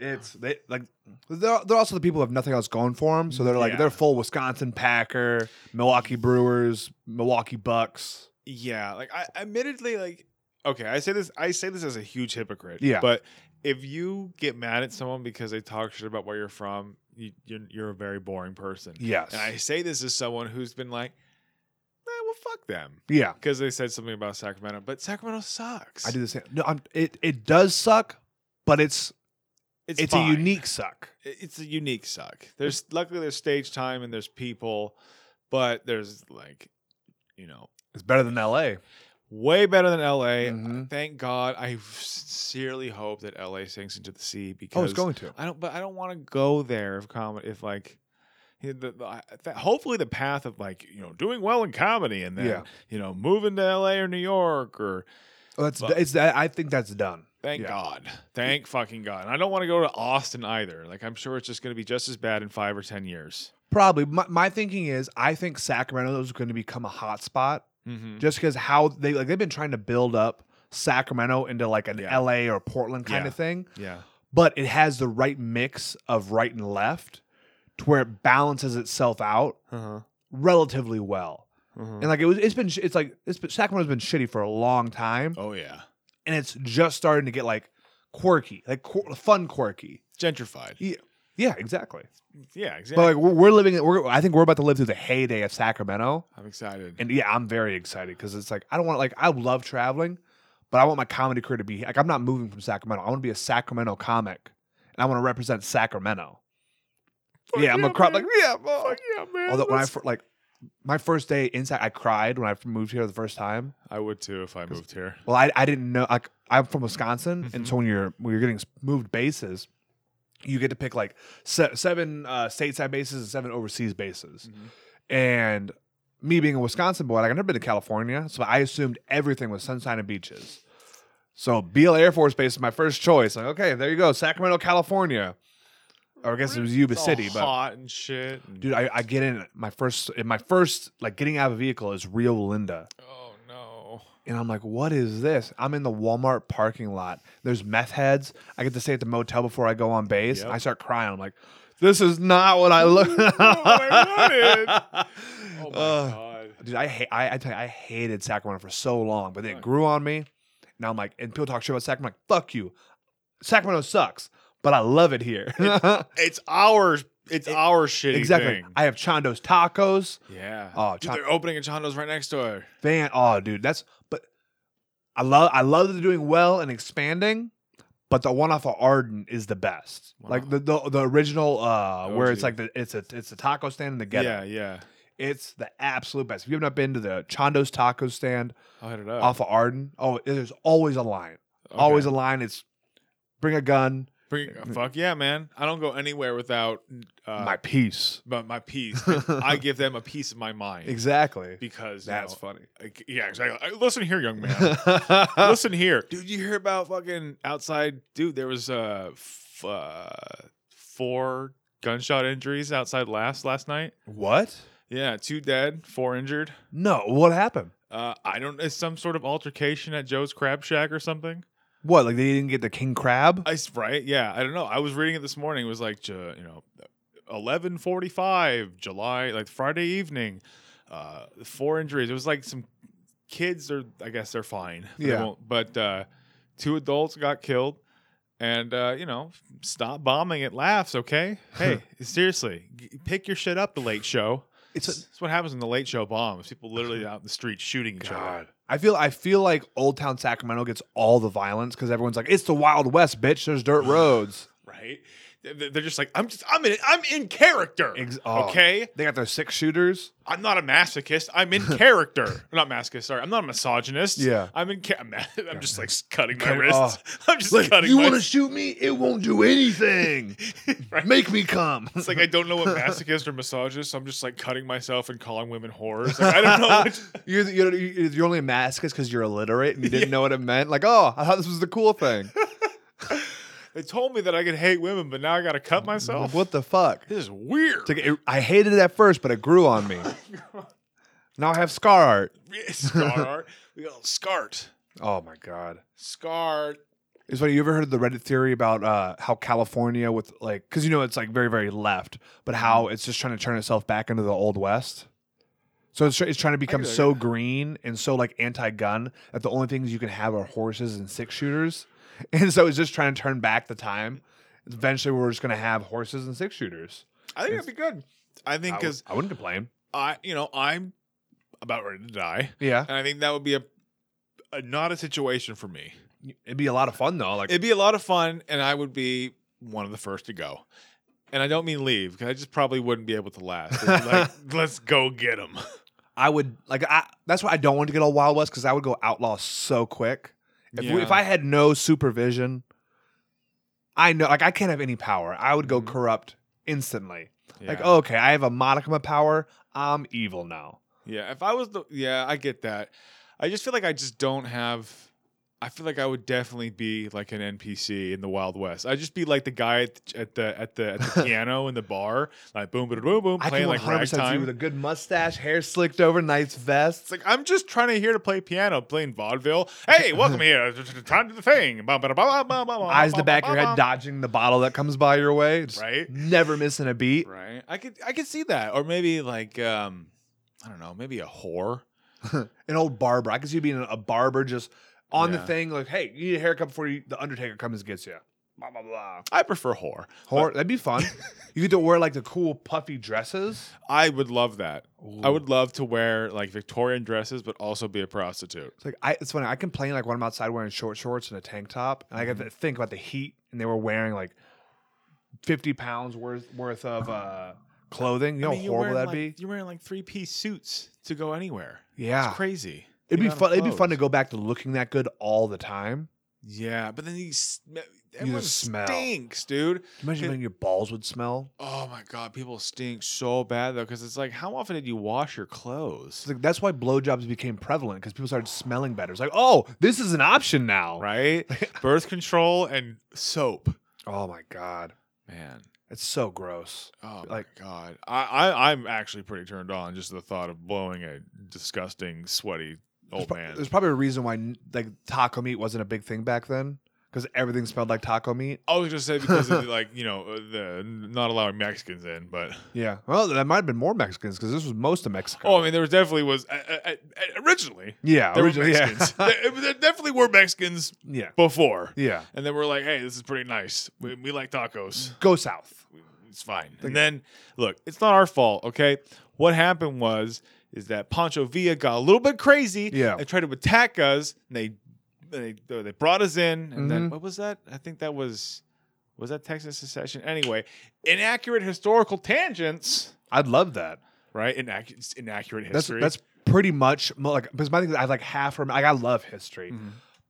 S2: It's they like they're, they're also the people who have nothing else going for them, so they're like
S1: Yeah.
S2: they're full Wisconsin Packer, Milwaukee Brewers, Milwaukee Bucks.
S1: Yeah, like I admittedly like okay, I say this I say this as a huge hypocrite.
S2: Yeah.
S1: But if you get mad at someone because they talk shit about where you're from, you, you're you're a very boring person.
S2: Yes,
S1: And I say this as someone who's been like, eh, well, fuck them
S2: yeah,
S1: because they said something about Sacramento, but Sacramento sucks.
S2: I do the same. No, I'm, it it does suck, but it's it's, a
S1: fine.
S2: unique suck.
S1: it- it's a unique suck. There's luckily there's stage time and there's people, but there's like, you know,
S2: It's better than L.A.
S1: way better than LA.
S2: Mhm.
S1: Thank God. I sincerely hope that LA sinks into the sea because
S2: Oh, it's going to.
S1: I don't, but I don't want to go there if comedy, if like, you know, the, the, I- that, hopefully the path of like you know doing well in comedy and then
S2: Yeah.
S1: you know moving to L.A. or New York or
S2: Oh, that's
S1: But-
S2: it's. I I think that's done.
S1: thank
S2: Yeah.
S1: God, thank fucking God. And I don't want to go to Austin either. Like I'm sure it's just going to be just as bad in five or ten years.
S2: Probably. My, my thinking is, I think Sacramento is going to become a hot spot
S1: Mm-hmm.
S2: just because how they like they've been trying to build up Sacramento into like an
S1: Yeah.
S2: L.A. or Portland kind
S1: Yeah.
S2: of thing,
S1: Yeah,
S2: but it has the right mix of right and left to where it balances itself out
S1: uh-huh.
S2: relatively well.
S1: Uh-huh.
S2: And like it was, it's been, sh- it's like it's been, Sacramento's been shitty for a long time,
S1: oh yeah,
S2: and it's just starting to get like quirky, like qu- fun quirky.
S1: gentrified.
S2: Yeah, exactly.
S1: Yeah, exactly.
S2: But like we're, we're living, we're, I think we're about to live through the heyday of Sacramento.
S1: I'm excited.
S2: and yeah, I'm very excited because it's like I don't want like I love traveling, but I want my comedy career to be like I'm not moving from Sacramento. I want to be a Sacramento comic, and I want to represent Sacramento.
S1: Fuck
S2: yeah, I'm a
S1: yeah,
S2: crowd
S1: man.
S2: like yeah, boy.
S1: Fuck yeah, man.
S2: Although when I
S1: let's-
S2: fir- like my first day inside, I cried when I moved here the first time.
S1: I would too if I moved here.
S2: Well, I, I didn't know like I'm from Wisconsin, and
S1: Mhm.
S2: so when you're when you're getting moved bases, you get to pick like se- seven uh, stateside bases and seven overseas bases.
S1: Mm-hmm.
S2: And me being a Wisconsin boy, like I've never been to California, so I assumed everything was sunshine and beaches. So Beale Air Force Base is my first choice. Like, okay, there you go, Sacramento, California. Or I guess it was Yuba
S1: It's all
S2: City, but
S1: hot and shit. and-
S2: dude, I, I get in my first in my first like getting out of a vehicle is Rio Linda.
S1: oh no.
S2: And I'm like, what is this? I'm in the Walmart parking lot. There's meth heads. I get to stay at the motel before I go on base.
S1: Yep.
S2: I start crying. I'm like, this is not what I look.
S1: I Oh my
S2: Ugh.
S1: god.
S2: dude, I hate. I, I tell you, I hated Sacramento for so long, but then
S1: Fuck.
S2: it grew on me. Now I'm like, and people talk shit about Sacramento. I'm like, fuck you, Sacramento sucks, but I love it here.
S1: It's ours. It's
S2: It-
S1: our shitty
S2: exactly.
S1: thing.
S2: I have Chondo's tacos.
S1: yeah.
S2: Oh,
S1: Dude,
S2: Chon-
S1: they're opening a Chondo's right next door.
S2: fan. Oh, dude, that's. But I love. I love that they're doing well and expanding. But the one off of Arden is the best.
S1: Wow.
S2: Like the, the the original, uh,
S1: Oh,
S2: where it's
S1: dude.
S2: like the it's a it's a taco stand in the ghetto.
S1: yeah, yeah.
S2: It's the absolute best. If you have not been to the Chondo's taco stand
S1: I'll hit it up.
S2: off of Arden, oh, there's always a line.
S1: Okay.
S2: always a line. It's bring a gun,
S1: Bring- fuck yeah, man. I don't go anywhere without uh,
S2: my piece.
S1: but my peace. I give them a piece of my mind
S2: Exactly.
S1: because you
S2: That's
S1: know,
S2: funny.
S1: like, yeah, exactly. Uh, Listen here, young man. Listen here, dude. You hear about fucking outside, dude? There was uh, f- uh four gunshot injuries outside last last night.
S2: what?
S1: Yeah, two dead, four injured.
S2: No. What happened?
S1: Uh, I don't. It's some sort of altercation at Joe's Crab Shack or something.
S2: What? Like they didn't get the king crab?
S1: I s- right? Yeah, I don't know. I was reading it this morning. It was like ju- you know, eleven forty-five, July, like Friday evening. Uh, four injuries. It was like some kids are. I guess they're fine. They
S2: Yeah.
S1: won't- but uh, two adults got killed, and uh, you know, stop bombing at laughs. Okay. Hey, seriously, g- pick your shit up. The late show.
S2: It's a,
S1: That's what happens when the late show bombs. People literally out in the street shooting each other.
S2: I feel I feel like Old Town Sacramento gets all the violence because everyone's like, it's the Wild West, bitch. There's dirt roads.
S1: Right? They're they're just like I'm just I'm in I'm in character.
S2: Ex- oh.
S1: Okay,
S2: They got their six shooters.
S1: I'm not a masochist. I'm in character. I'm not masochist. Sorry, I'm not a misogynist.
S2: Yeah.
S1: I'm in. Ca- I'm, I'm just like cutting my
S2: Cut-
S1: wrists.
S2: oh.
S1: I'm just cutting. my-
S2: shoot me? It won't do anything.
S1: Right.
S2: Make me come.
S1: It's like I don't know what masochist or misogynist. So I'm just like cutting myself and calling women whores. Like, I don't know. Which,
S2: You're, you're, you're only a masochist because you're illiterate and you didn't know what it meant. Like, oh, I thought this was the cool thing.
S1: they told me that I could hate women, but now I got to cut myself.
S2: what the fuck?
S1: This is weird.
S2: It's like, it- I hated it at first, but it grew on me. now I have scar art.
S1: Scar. we got scart.
S2: Oh my god!
S1: Scar.
S2: It's funny. You ever heard of the Reddit theory about uh, how California, with like, because you know it's like very very left, but how it's just trying to turn itself back into the old west. So it's, tr- it's trying to become
S1: that,
S2: so green and so like anti-gun that the only things you can have are horses and six shooters, and so it's just trying to turn back the time. Eventually, we're just gonna have horses and six shooters.
S1: I think that'd be good. I
S2: I,
S1: think
S2: w-
S1: because
S2: I wouldn't complain.
S1: I, you know, I'm about ready to die,
S2: Yeah,
S1: and I think that would be a, a not a situation for me.
S2: it'd be a lot of fun though. Like,
S1: It'd be a lot of fun, and I would be one of the first to go. And I don't mean leave because I just probably wouldn't be able to last. It'd be like, let's go get them.
S2: I would like I that's why I don't want to get all Wild West because I would go outlaw so quick. If, we, if
S1: Yeah.
S2: I had no supervision, I know like I can't have any power. I would go
S1: Mhm.
S2: corrupt instantly. Like
S1: oh,
S2: okay, I have a modicum of power. I'm evil now.
S1: yeah. If I was the, yeah, I get that. I just feel like I just don't have. I feel like I would definitely be like an NPC in the Wild West. I'd just be like the guy at the at the at the, at the piano in the bar, like boom, boom, boom, boom,
S2: I
S1: playing
S2: can
S1: like
S2: 100 percent see you with
S1: ragtime.
S2: a good mustache, hair slicked over, nice
S1: It's
S2: vest.
S1: like I'm just trying to hear to play piano, playing vaudeville. Hey, welcome here. Time to the thing. Blah, blah, blah, blah, blah, blah,
S2: Eyes in
S1: blah,
S2: the back of
S1: blah,
S2: your head,
S1: blah.
S2: dodging the bottle that comes by your way. Just
S1: Right.
S2: Never missing a beat.
S1: Right. I could I could see that. Or maybe like um I don't know, maybe a whore.
S2: an old barber. I can see you being a barber just on
S1: Yeah.
S2: the thing, like, hey, you need a haircut before you, the Undertaker comes and gets you. Blah blah blah.
S1: I prefer whore.
S2: Hor- that'd be fun. you get to wear like the cool puffy dresses.
S1: I would love that. I would love to wear like Victorian dresses but also be a prostitute.
S2: It's like I, it's funny. I complain like when I'm outside wearing short shorts and a tank top, and I
S1: Mm-hmm.
S2: got to think about the heat, and they were wearing like fifty pounds worth worth of uh, clothing. You know how horrible that'd be. Ah.
S1: You're wearing like three piece suits to go anywhere.
S2: Yeah,
S1: It's crazy.
S2: it'd be
S1: The amount of
S2: fun. It'd be fun to
S1: clothes.
S2: go back to looking that good all the time.
S1: Yeah, but then you sm-
S2: the
S1: everyone
S2: smell.
S1: stinks, dude.
S2: Imagine
S1: It-
S2: when your balls would smell.
S1: Oh my god, people stink so bad though, because it's like, how often did you wash your clothes?
S2: It's like that's why blowjobs became prevalent because people started smelling better. It's like, oh, this is an option now.
S1: Right? Birth control and soap.
S2: Oh my god,
S1: Man.
S2: it's so gross.
S1: Oh
S2: Like-
S1: my god, I, I I'm actually pretty turned on just the thought of blowing a disgusting, sweaty
S2: There's
S1: old
S2: pro-
S1: man.
S2: There's probably a reason why like taco meat wasn't a big thing back then because everything smelled like taco meat.
S1: I was gonna say because of the, like you know uh, the not allowing Mexicans in, but
S2: Yeah. Well, there might have been more Mexicans because this was most of Mexico.
S1: oh, I mean there was definitely was uh, uh, uh, originally
S2: yeah.
S1: there
S2: originally,
S1: were
S2: yeah.
S1: Mexicans. there, there definitely were Mexicans
S2: yeah.
S1: before,
S2: Yeah.
S1: and then we're like, hey, this is pretty nice. We, we like tacos.
S2: Go south.
S1: It's fine. And then look, it's not our fault, okay? What happened was is that Pancho Villa got a little bit crazy.
S2: Yeah.
S1: They tried to attack us and they they they brought us in and
S2: Mm-hmm.
S1: then what was that? I think that was was that Texas secession? Anyway, inaccurate historical tangents,
S2: I'd love that.
S1: right? Inaccurate inaccurate
S2: That's
S1: history.
S2: that's pretty much mo- like because my thing is I like half rem- like I love history,
S1: Mm-hmm.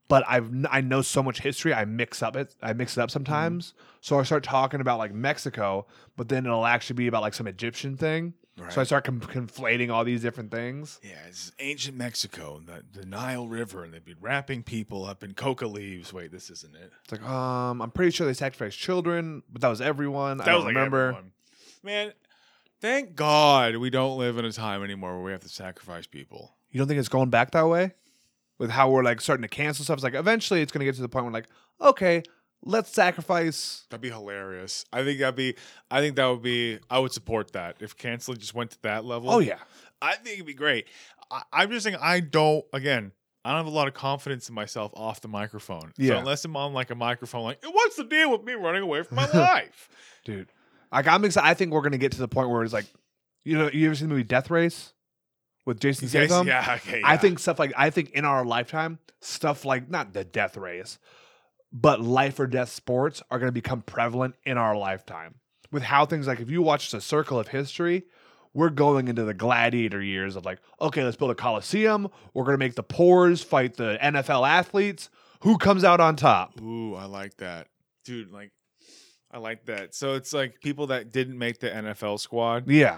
S2: but I've kn- I know so much history I mix up it I mix it up sometimes.
S1: Mm-hmm.
S2: So I start talking about like Mexico, but then it'll actually be about like some Egyptian thing. So I start com- conflating all these different things.
S1: yeah, it's ancient Mexico and the, the Nile River, and they'd be wrapping people up in coca leaves. Wait, this isn't it.
S2: It's like um I'm pretty sure they sacrificed children, but that was everyone. I
S1: That
S2: don't
S1: was like
S2: remember.
S1: everyone. Man, thank God we don't live in a time anymore where we have to sacrifice people.
S2: You don't think it's going back that way? With how we're like starting to cancel stuff, it's like eventually it's going to get to the point where like okay, let's sacrifice.
S1: That'd be hilarious. I think that'd be. I think that would be. I would support that if canceling just went to that level.
S2: Oh yeah,
S1: I think it'd be great. I, I'm just saying I don't. Again, I don't have a lot of confidence in myself off the microphone.
S2: Yeah.
S1: So unless I'm on like a microphone, like what's the deal with me running away from my life?
S2: dude. Like I'm excited. I think we're gonna get to the point where it's like, you know, you ever seen the movie Death Race with Jason
S1: Yes,
S2: Statham?
S1: yeah. Okay.
S2: I
S1: yeah.
S2: think stuff like I think in our lifetime, stuff like not the Death Race, but life or death sports are going to become prevalent in our lifetime. With how things like if you watch the circle of history, we're going into the gladiator years of like, okay, let's build a coliseum. We're going to make the poors fight the NFL athletes. Who comes out on top?
S1: Ooh, I like that, dude. Like, I like that. So it's like people that didn't make the NFL squad
S2: Yeah,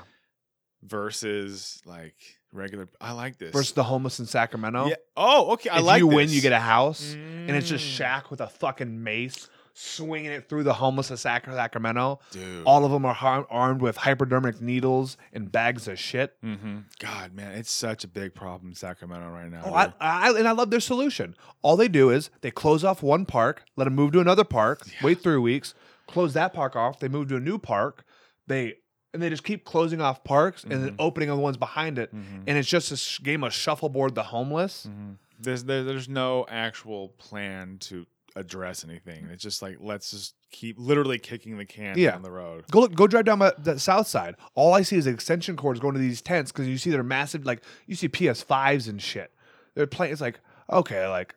S1: versus like regular. I like this.
S2: versus the homeless in Sacramento.
S1: yeah. Oh, okay. I
S2: if
S1: like.
S2: you
S1: this.
S2: win, you get a house, and it's just
S1: Mm.
S2: Shaq with a fucking mace swinging it through the homeless of Sac- Sacramento.
S1: dude.
S2: All of them are har- armed with hypodermic needles and bags of shit.
S1: hmm God, man, it's such a big problem in Sacramento right now.
S2: Oh, I,
S1: dude.
S2: I and I love their solution. All they do is they close off one park, let them move to another park, wait three weeks, close that park off. They move to a new park. They and they just keep closing off parks and then opening other ones behind
S1: Mm-hmm.
S2: it. And it's just a sh- game of shuffleboard the homeless.
S1: there's there, there's no actual plan to address anything. It's just like let's just keep literally kicking the can
S2: Yeah.
S1: down the road.
S2: Go look, go drive down by the south side. All I see is extension cords going to these tents because you see their massive, like you see PS5s and shit. They're playing. It's like okay, like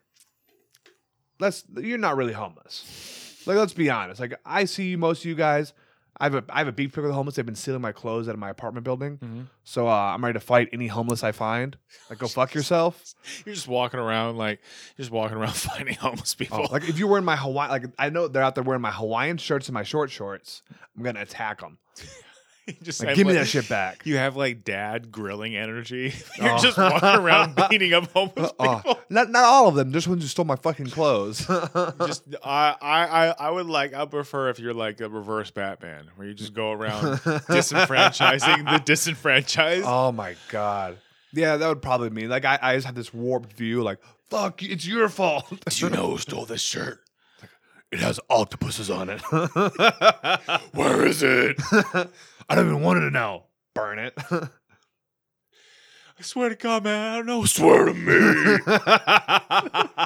S2: let's. You're not really homeless. Like let's be honest. Like I see you, most of you guys. I have a I have a beef pick with the homeless. They've been stealing my clothes out of my apartment building. So uh, I'm ready to fight any homeless I find. Like go fuck yourself.
S1: You're just walking around like you're just walking around finding homeless people.
S2: Oh, Like if you're wearing my Hawaii, like I know they're out there wearing my Hawaiian shirts and my short shorts. I'm gonna attack them.
S1: You just
S2: Like,
S1: have,
S2: give me
S1: like-
S2: that shit back.
S1: You have like dad grilling energy. You're
S2: Oh.
S1: just walking around beating up homeless
S2: Uh,
S1: people.
S2: not not all of them. Just ones who stole my fucking clothes.
S1: Just I, I I- I would like I prefer if you're like a reverse Batman where you just go around disenfranchising the disenfranchised.
S2: oh my god. Yeah, that would probably mean like I, I just have this warped view. Like fuck, it's your fault.
S1: Do you know who stole this shirt?
S2: it has octopuses on it.
S1: Where is it?
S2: I don't even want to know. Burn it.
S1: I swear to God, man, I don't know. Swear to me.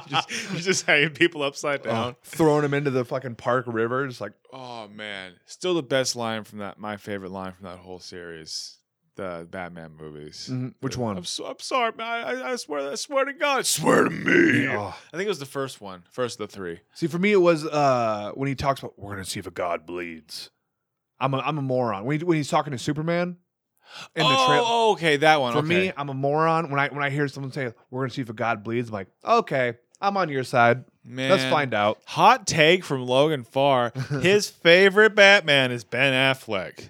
S1: just, you're just hanging people upside down.
S2: Oh, throwing them into the fucking park river. Just like
S1: Oh. man, still the best line from that. My favorite line from that whole series, the Batman movies.
S2: mm, which one?
S1: I'm, so, I'm sorry, man. I, I- I swear, I swear to God, swear to me.
S2: Oh.
S1: I think it was the first one, first of the three.
S2: See, for me, it was uh, when he talks about we're gonna see if a god bleeds. I'm a, I'm a moron. When, he, when he's talking to Superman in the
S1: oh,
S2: trailer.
S1: oh, okay, that one.
S2: For
S1: okay.
S2: me, I'm a moron. When I when I hear someone say we're gonna see if a god bleeds, I'm like, okay, I'm on your side.
S1: man,
S2: Let's find out.
S1: Hot take from Logan Farr. His favorite Batman is Ben Affleck.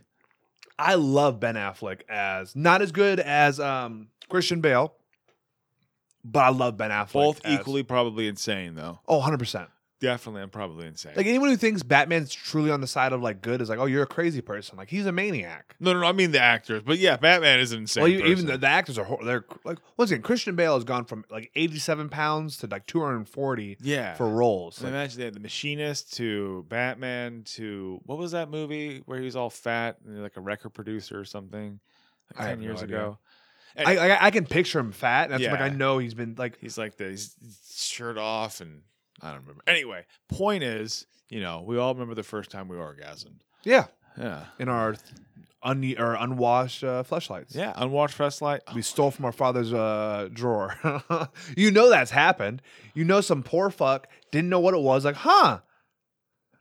S2: I love Ben Affleck as not as good as um, Christian Bale, but I love Ben Affleck.
S1: Both
S2: as-
S1: equally probably insane, though.
S2: Oh, 100 percent.
S1: Definitely, I'm probably insane.
S2: Like anyone who thinks Batman's truly on the side of like good is like, oh, you're a crazy person. Like he's a maniac.
S1: No, no, no. I mean the actors, but yeah, Batman is an insane.
S2: well, you, even the,
S1: person.
S2: the actors are hor- they're like once again, Christian Bale has gone from like 87 pounds to like 240
S1: yeah.
S2: for roles.
S1: So
S2: Like,
S1: imagine they had the Machinist to Batman to what was that movie where he was all fat and like a record producer or something like
S2: I have
S1: ten
S2: no
S1: years
S2: idea.
S1: ago.
S2: I, I I can picture him fat. And that's like
S1: Yeah.
S2: I know he's been like
S1: He's like the he's shirt off and I don't remember. Anyway, point is, you know, we all remember the first time we orgasmed.
S2: yeah.
S1: Yeah,
S2: in our un- or unwashed uh, fleshlights.
S1: yeah. Unwatched press light.
S2: We stole from our father's uh, drawer. you know that's happened. You know some poor fuck didn't know what it was. Like, huh?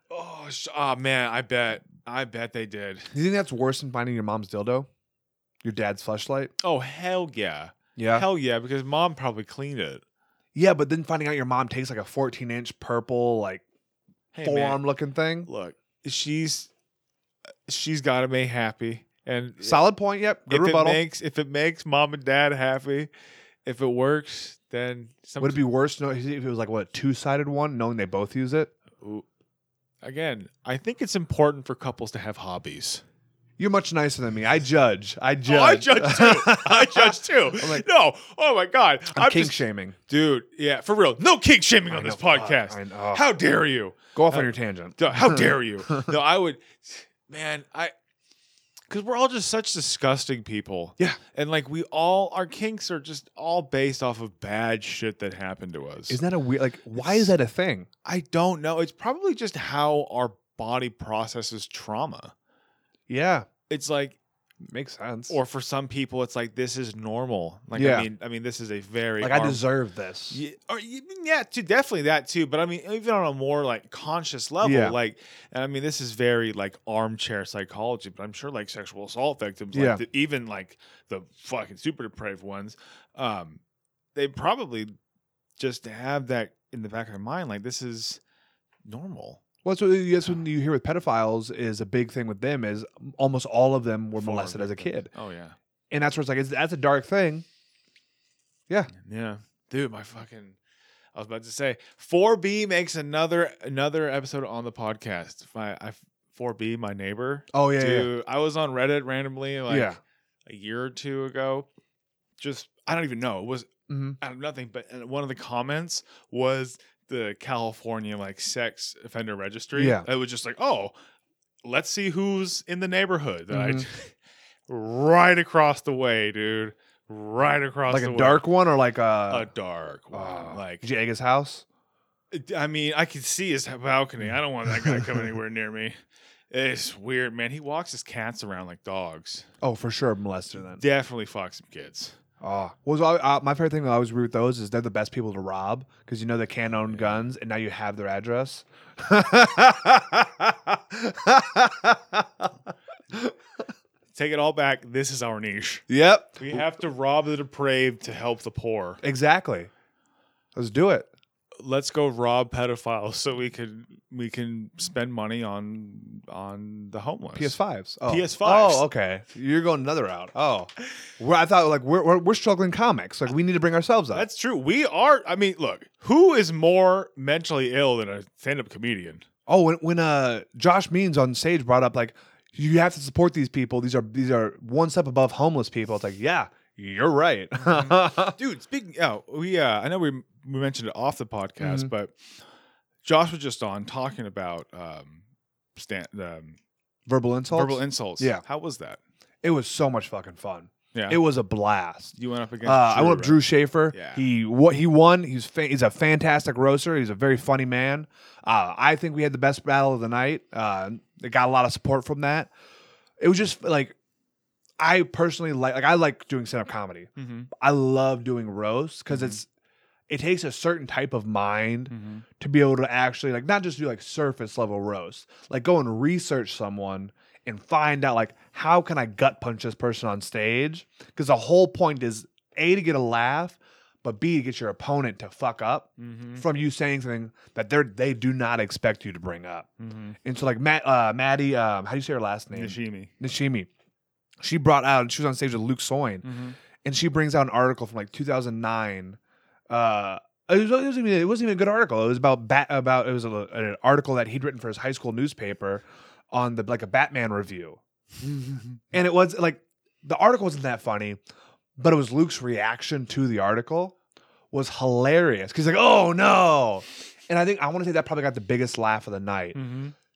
S1: Oh, sh- oh man, I bet, I bet they did.
S2: You think that's worse than finding your mom's dildo, your dad's fleshlight?
S1: Oh hell yeah,
S2: Yeah,
S1: hell yeah, because mom probably cleaned it.
S2: yeah. But then finding out your mom takes like a 14 inch purple like
S1: Hey, man.
S2: forearm looking thing.
S1: look, she's she's got to make happy, and
S2: Solid point. Yep.
S1: if
S2: Good
S1: it
S2: rebuttal.
S1: makes if it makes mom and dad happy, if it works, then some,
S2: Would it be worse no, if it was like what a two sided one, knowing they both use it?
S1: Ooh. again. I think it's important for couples to have hobbies.
S2: You're much nicer than me. I judge. I judge.
S1: Oh, I judge too. I judge too.
S2: I'm like-
S1: no, oh my god,
S2: I'm,
S1: I'm
S2: kink
S1: just-
S2: shaming.
S1: dude. Yeah, for real. No kink shaming on
S2: I
S1: this
S2: know. Fuck,
S1: podcast.
S2: I know.
S1: How dare you? Uh,
S2: Go off on your tangent.
S1: Duh, How dare you? No, I would, man. I, because we're all just such disgusting people.
S2: Yeah.
S1: and like we all, our kinks are just all based off of bad shit that happened to us.
S2: Isn't that a weird? Like, why is that a thing?
S1: I don't know. It's probably just how our body processes trauma.
S2: Yeah,
S1: It's like
S2: Makes sense.
S1: Or for some people, it's like this is normal. Like
S2: Yeah.
S1: I mean, I mean, this is a very
S2: like I
S1: arm-
S2: deserve this.
S1: Yeah, or, y- yeah, too, definitely that too. But I mean, even on a more like conscious level,
S2: Yeah.
S1: like, and I mean, this is very like armchair psychology. But I'm sure like sexual assault victims, like
S2: Yeah.
S1: the, even like the fucking super depraved ones, um, they probably just have that in the back of their mind, like this is normal.
S2: Well, that's what, that's when you hear with pedophiles is a big thing with them is almost all of them were
S1: for
S2: molested as a
S1: victims.
S2: kid,
S1: Oh yeah,
S2: and that's where it's like it's, that's a dark thing.
S1: yeah, dude, my fucking. I was about to say, 4B makes another another episode on the podcast. My, I 4B, my neighbor,
S2: Oh yeah, yeah.
S1: Dude, I was on Reddit randomly like
S2: Yeah.
S1: a year or two ago. Just I don't even know. It was
S2: Mhm.
S1: out of nothing, but and one of the comments was the California like sex offender registry.
S2: Yeah.
S1: It was just like, oh, let's see who's in the neighborhood. That I
S2: Mm-hmm.
S1: right across the way, dude. Right across
S2: like
S1: the
S2: a
S1: way.
S2: dark one or like
S1: a
S2: a,
S1: dark one.
S2: uh,
S1: like
S2: did you egg his house?
S1: I mean, I can see his balcony. I don't want that guy coming anywhere near me. It's weird, man. He walks his cats around like dogs.
S2: Oh, for sure, molester then.
S1: Definitely fuck some kids.
S2: Oh, was uh, my favorite thing that I always agree with those is they're the best people to rob because you know they can't own guns, and now you have their address.
S1: Take it all back. This is our niche.
S2: yep,
S1: We have to rob the depraved to help the poor.
S2: exactly. Let's do it.
S1: Let's go rob pedophiles so we can we can spend money on on the homeless.
S2: PS5s. Oh.
S1: PS5s.
S2: Oh, okay. You're going another route. Oh, well, I thought like we're, we're we're struggling comics. Like we need to bring ourselves up.
S1: That's true. We are. I mean, look, who is more mentally ill than a stand-up comedian?
S2: Oh, when when uh Josh Means on stage brought up like you have to support these people. These are these are one step above homeless people. It's like yeah, you're right.
S1: dude speaking oh we uh i know we we mentioned it off the podcast
S2: Mm-hmm.
S1: but josh was just on talking about um stand um
S2: Verbal insults.
S1: verbal insults
S2: Yeah.
S1: how was that
S2: It was so much fucking fun.
S1: yeah
S2: It was a blast.
S1: you went up against
S2: Uh, I went up
S1: right?
S2: Drew Schaefer.
S1: Yeah.
S2: He what he won. He's fa- he's a fantastic roaster. He's a very funny man. Uh, I think we had the best battle of the night. Uh, it got a lot of support from that. It was just like I personally like like I like doing stand up comedy.
S1: Mhm,
S2: I love doing roasts because it's it takes a certain type of mind
S1: mhm.
S2: to be able to actually like not just do like surface level roast, like go and research someone and find out like how can I gut punch this person on stage? Because the whole point is a to get a laugh, but b to get your opponent to fuck up
S1: Mm-hmm.
S2: from you saying something that they are they do not expect you to bring up.
S1: Mm-hmm.
S2: And so like Matt, uh, Maddie, um, how do you say her last name?
S1: Nishimi.
S2: Nishimi. She brought out, she was on stage with Luke Soin,
S1: Mm-hmm.
S2: and she brings out an article from like 2009. Uh, it, was, it, wasn't even, it wasn't even a good article. It was about bat, about it was a, an article that he'd written for his high school newspaper on the like a Batman review,
S1: Mm-hmm.
S2: and it was like the article wasn't that funny, but it was Luke's reaction to the article was hilarious. 'Cause He's like, "Oh no!" And I think I want to say that probably got the biggest laugh of the night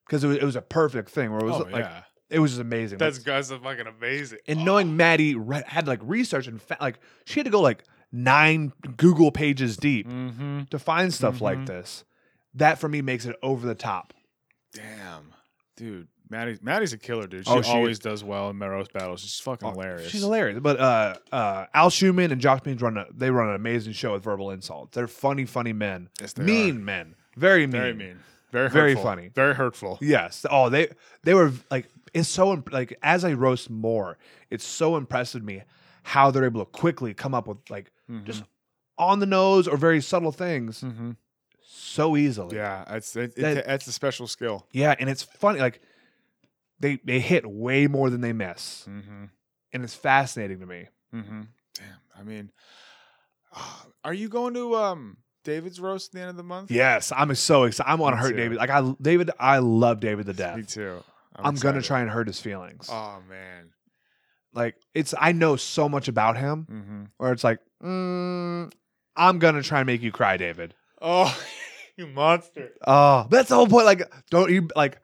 S2: because it was, it was a perfect thing where it was
S1: Mm. Mm-hmm. oh,
S2: like
S1: yeah
S2: it was just amazing.
S1: that's guys are fucking amazing Oh.
S2: and knowing Maddie re- had like research and fa- like she had to go like nine Google pages deep
S1: mm-hmm.
S2: to find stuff like
S1: Mhm.
S2: this. That for me makes it over the top.
S1: damn dude Maddie's, Maddie's a killer, dude. She,
S2: Oh, she- Oh,
S1: always does well in Meros battles. She's fucking hilarious.
S2: She's hilarious. But uh, uh, Al Schumann and Josh Means run a, they run an amazing show with verbal insults. They're funny, funny men.
S1: Yes, they
S2: mean
S1: are.
S2: men. Very mean.
S1: Very mean. Very
S2: Very
S1: hurtful.
S2: funny.
S1: Very hurtful.
S2: Yes. Oh, they they were like it's so imp- like as I roast more, it's so impressive to me how they're able to quickly come up with like
S1: Mm-hmm.
S2: just on the nose or very subtle things
S1: Mm.
S2: so easily.
S1: Yeah, it's it, it,
S2: That-
S1: that's a special skill.
S2: Yeah, and it's funny. Like they they hit way more than they miss,
S1: Mm-hmm.
S2: and it's fascinating to me.
S1: Mm-hmm. Damn. I mean, uh, are you going to um David's roast at the end of the month?
S2: Yes, I'm so excited. I'm on
S1: Me
S2: hurt
S1: too.
S2: David. Like I David, I love David to death.
S1: Me too.
S2: I'm, gonna
S1: excited.
S2: try and hurt his feelings.
S1: Oh man.
S2: like it's I know so much about him,
S1: Mm-hmm.
S2: where it's like, mm, I'm gonna try and make you cry, David.
S1: Oh, you monster.
S2: Oh, that's the whole point. Like, don't you like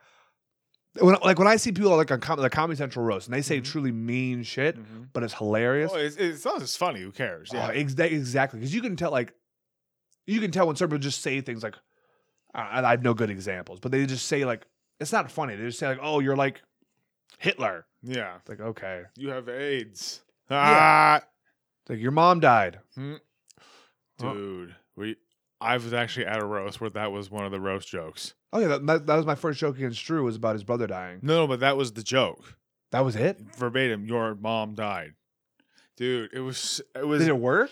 S2: when like when I see people like on com- the Comedy Central roast and they say
S1: Mhm.
S2: truly mean shit,
S1: Mhm.
S2: but it's hilarious.
S1: Oh, it's, it's, as long as it's funny, who cares?
S2: Oh,
S1: Yeah.
S2: ex- that- exactly. Because you can tell, like, you can tell when certain people just say things like, I, I have no good examples, but they just say, like, it's not funny. They just say, like, oh, you're like, Hitler.
S1: Yeah.
S2: It's like, okay.
S1: You have AIDS.
S2: Yeah.
S1: Ah,
S2: It's like, your mom died. Huh.
S1: dude. We. I was actually at a roast where that was one of the roast jokes.
S2: Oh, yeah. That, that, that was my first joke against Drew was about his brother dying.
S1: No, but that was the joke
S2: That was it?
S1: verbatim. Your mom died, dude. It was. It was.
S2: Did it work?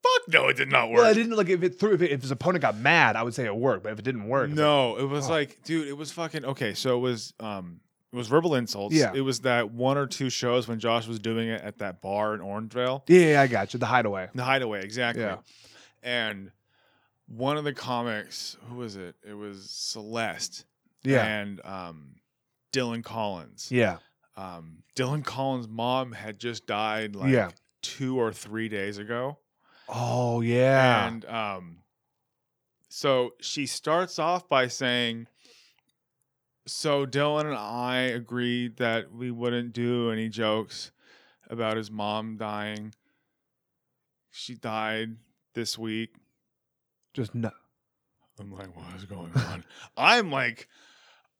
S1: fuck no, it did not work.
S2: Well, I didn't like if it threw if, it, if his opponent got mad, I would say it worked. But if it didn't work, it's like,
S1: No, it was
S2: Oh.
S1: like, dude, it was fucking okay. So it was, um, it was verbal insults.
S2: Yeah.
S1: it was that one or two shows when Josh was doing it at that bar in Orangevale,
S2: yeah, yeah, I got you. The hideaway.
S1: the Hideaway, exactly.
S2: Yeah.
S1: And one of the comics, who was it? It was Celeste.
S2: Yeah,
S1: and um, Dylan Collins.
S2: yeah,
S1: Um, Dylan Collins' mom had just died like
S2: Yeah.
S1: two or three days ago.
S2: oh yeah,
S1: And um, so she starts off by saying, So Dylan and I agreed that we wouldn't do any jokes about his mom dying. She died this week.
S2: just no.
S1: I'm like, what is going on? I'm like,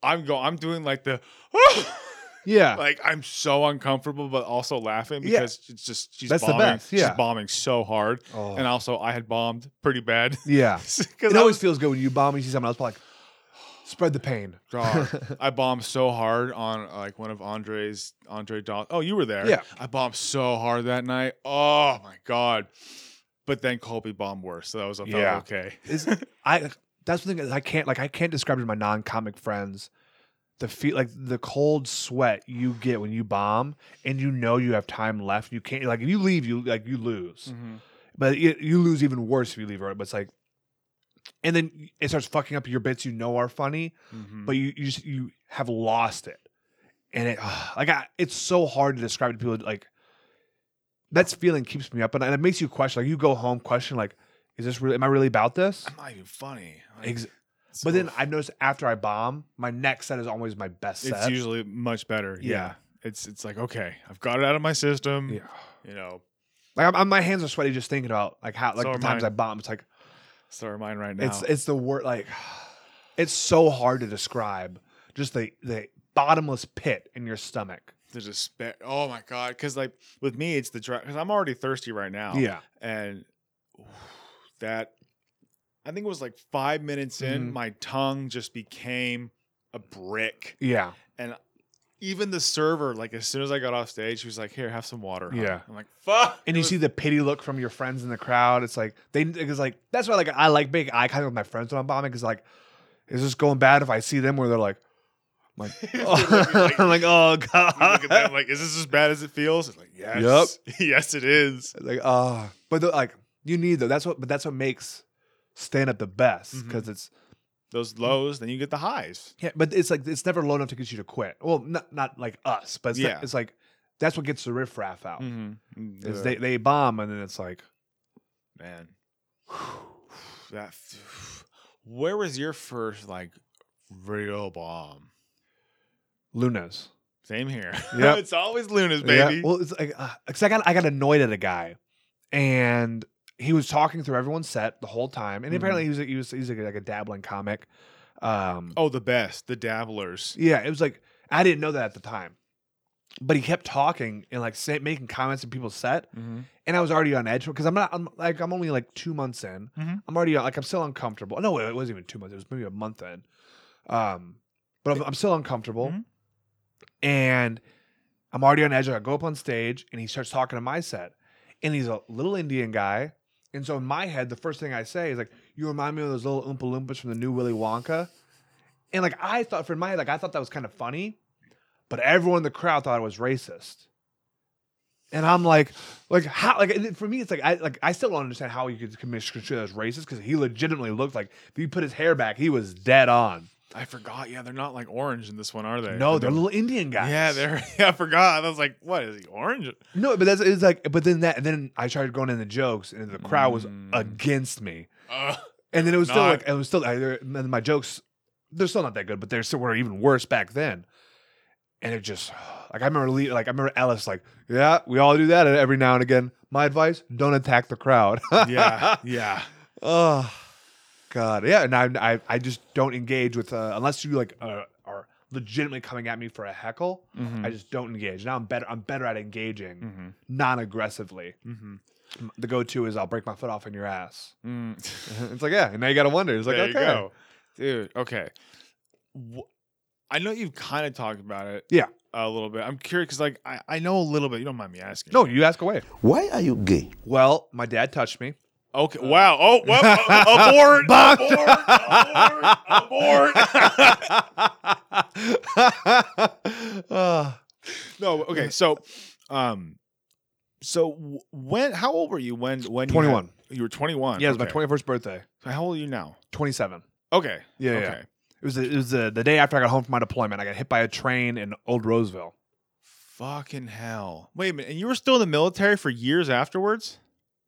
S1: I'm go, I'm doing like the,
S2: Yeah,
S1: like I'm so uncomfortable, but also laughing
S2: Yeah.
S1: because it's just she's
S2: That's the
S1: bombing,
S2: best, yeah.
S1: she's bombing so hard,
S2: oh.
S1: and also I had bombed pretty bad
S2: yeah.
S1: because
S2: It
S1: I
S2: always
S1: was
S2: feels good when you bomb and you see someone else, but like spread the pain.
S1: God, I bombed so hard on like one of Andre's Andre Daw. Oh, you were there.
S2: Yeah.
S1: I bombed so hard that night. Oh my god! But then Colby bombed worse, so that was I felt
S2: Yeah.
S1: okay.
S2: Is I that's the thing is I can't like I can't describe to my non-comic friends the feel like the cold sweat you get when you bomb and you know you have time left. You can't like if you leave you like you lose.
S1: Mm.
S2: but you, you lose even worse if you leave early. But it's like, and then it starts fucking up your bits you know are funny,
S1: Mhm.
S2: but you you just, you have lost it, and it like I, it's so hard to describe to people. Like that's feeling keeps me up, and, and it makes you question. Like you go home, question like, is this really? Am I really about this?
S1: I'm not even funny. Like,
S2: Ex-
S1: it's
S2: but then
S1: so-
S2: I've noticed after I bomb, my next set is always my best set.
S1: it's usually much better. Yeah.
S2: Yeah.
S1: It's it's like okay, I've got it out of my system.
S2: Yeah.
S1: You know,
S2: like I'm, I'm- my hands are sweaty just thinking about like how like
S1: So are
S2: the times
S1: mine.
S2: I bomb. It's like
S1: so are mine right now.
S2: It's it's the word like it's so hard to describe. Just the the bottomless pit in your stomach.
S1: the despair. Oh my god, because like with me, it's the because I'm already thirsty right now. and that I think it was like five minutes
S2: Mhm.
S1: in, my tongue just became a brick.
S2: yeah.
S1: Even the server, like as soon as I got off stage, she was like, "Here, have some water." hon."
S2: Yeah.
S1: I'm like, "Fuck!"
S2: And
S1: It
S2: you
S1: was-
S2: see the pity look from your friends in the crowd. It's like they because like that's why like I like big eye contact with my friends when I'm bombing because like is this going bad if I see them where they're like, I'm like, oh, I'm like oh
S1: you look at them
S2: god,
S1: like, "Is this as bad as it feels?" It's like, "Yes, yep. yes, it is."
S2: like ah. but the, like you need though. That's what but that's what makes stand up the best
S1: Mm-hmm.
S2: because it's
S1: Those lows, then you get the highs.
S2: Yeah, but it's like it's never low enough to get you to quit. Well, not not like us, but it's,
S1: Yeah.
S2: it's like that's what gets the riffraff out.
S1: Mm-hmm.
S2: Is they they bomb and then it's like
S1: man that where was your first like real bomb
S2: Luna's.
S1: same here
S2: Yep.
S1: it's always luna's
S2: Yeah,
S1: baby
S2: Well, it's like because I got I got annoyed at a guy, and he was talking through everyone's set the whole time, and
S1: Mhm.
S2: apparently he was he was he's like, a dabbling comic. Um,
S1: oh the best the dabblers
S2: Yeah, it was like I didn't know that at the time, but he kept talking and like say, making comments in people's set, and I was already on edge because I'm not. I'm like I'm only like two months in.
S1: Mhm.
S2: I'm already uh, like I'm still uncomfortable. Oh, No, it wasn't even two months. It was maybe a month in. Um, but I'm, I'm still uncomfortable,
S1: Mhm.
S2: and I'm already on edge. I go up on stage, and he starts talking to my set, and he's a little Indian guy. And so in my head, the first thing I say is like, "You remind me of those little Oompa Loompas from the new Willy Wonka," and like I thought for my head, like I thought that was kind of funny, but everyone in the crowd thought it was racist. And I'm like, like how? Like it- for me, it's like I like I still don't understand how you could commis- construe that as racist because he legitimately looked like if he put his hair back, he was dead on.
S1: i forgot yeah they're not like orange in this one are they
S2: No, they're little Indian guys.
S1: yeah they're yeah i forgot i was like what is he orange
S2: no, but that's it's like, but then that, and then I started going in the jokes, and the crowd was
S1: Mm.
S2: against me,
S1: uh,
S2: and then it was still
S1: Not-
S2: like it was still I- they're- and my jokes, they're still not that good, but they're still were even worse back then, and it just like I remember le- like I remember Ellis like yeah we all do that every now and again. My advice: don't attack the crowd.
S1: yeah yeah
S2: Oh God, yeah, and I I, I just don't engage with uh, unless you like uh, are legitimately coming at me for a heckle,
S1: Mm-hmm. Mm.
S2: I just don't engage. Now I'm better. I'm better at engaging non-aggressively. M- The go-to is I'll break my foot off in your ass.
S1: Mm-hmm.
S2: it's like yeah, and now you gotta wonder. It's like
S1: there you
S2: okay,
S1: go, dude. Okay, Wh- I know you've kind of talked about it.
S2: Yeah.
S1: a little bit. I'm curious because like I, I know a little bit. You don't mind me asking?
S2: no, you ask away.
S3: Why are you gay?
S2: Well, my dad touched me.
S1: Okay. wow. Oh, well, uh, abort,
S2: Bumped.
S1: abort, abort, abort.
S2: Uh,
S1: no. Okay. So, um, so w- when? How old were you when? When you had-
S2: 21.
S1: You were 21.
S2: yeah, it was my
S1: okay.
S2: 21st birthday.
S1: So how old are you now?
S2: 27.
S1: Okay.
S2: Yeah, yeah.
S1: Okay.
S2: It was the, it was the, the day after I got home from my deployment. I got hit by a train in Old Roseville.
S1: Fucking hell. Wait a minute. And you were still in the military for years afterwards?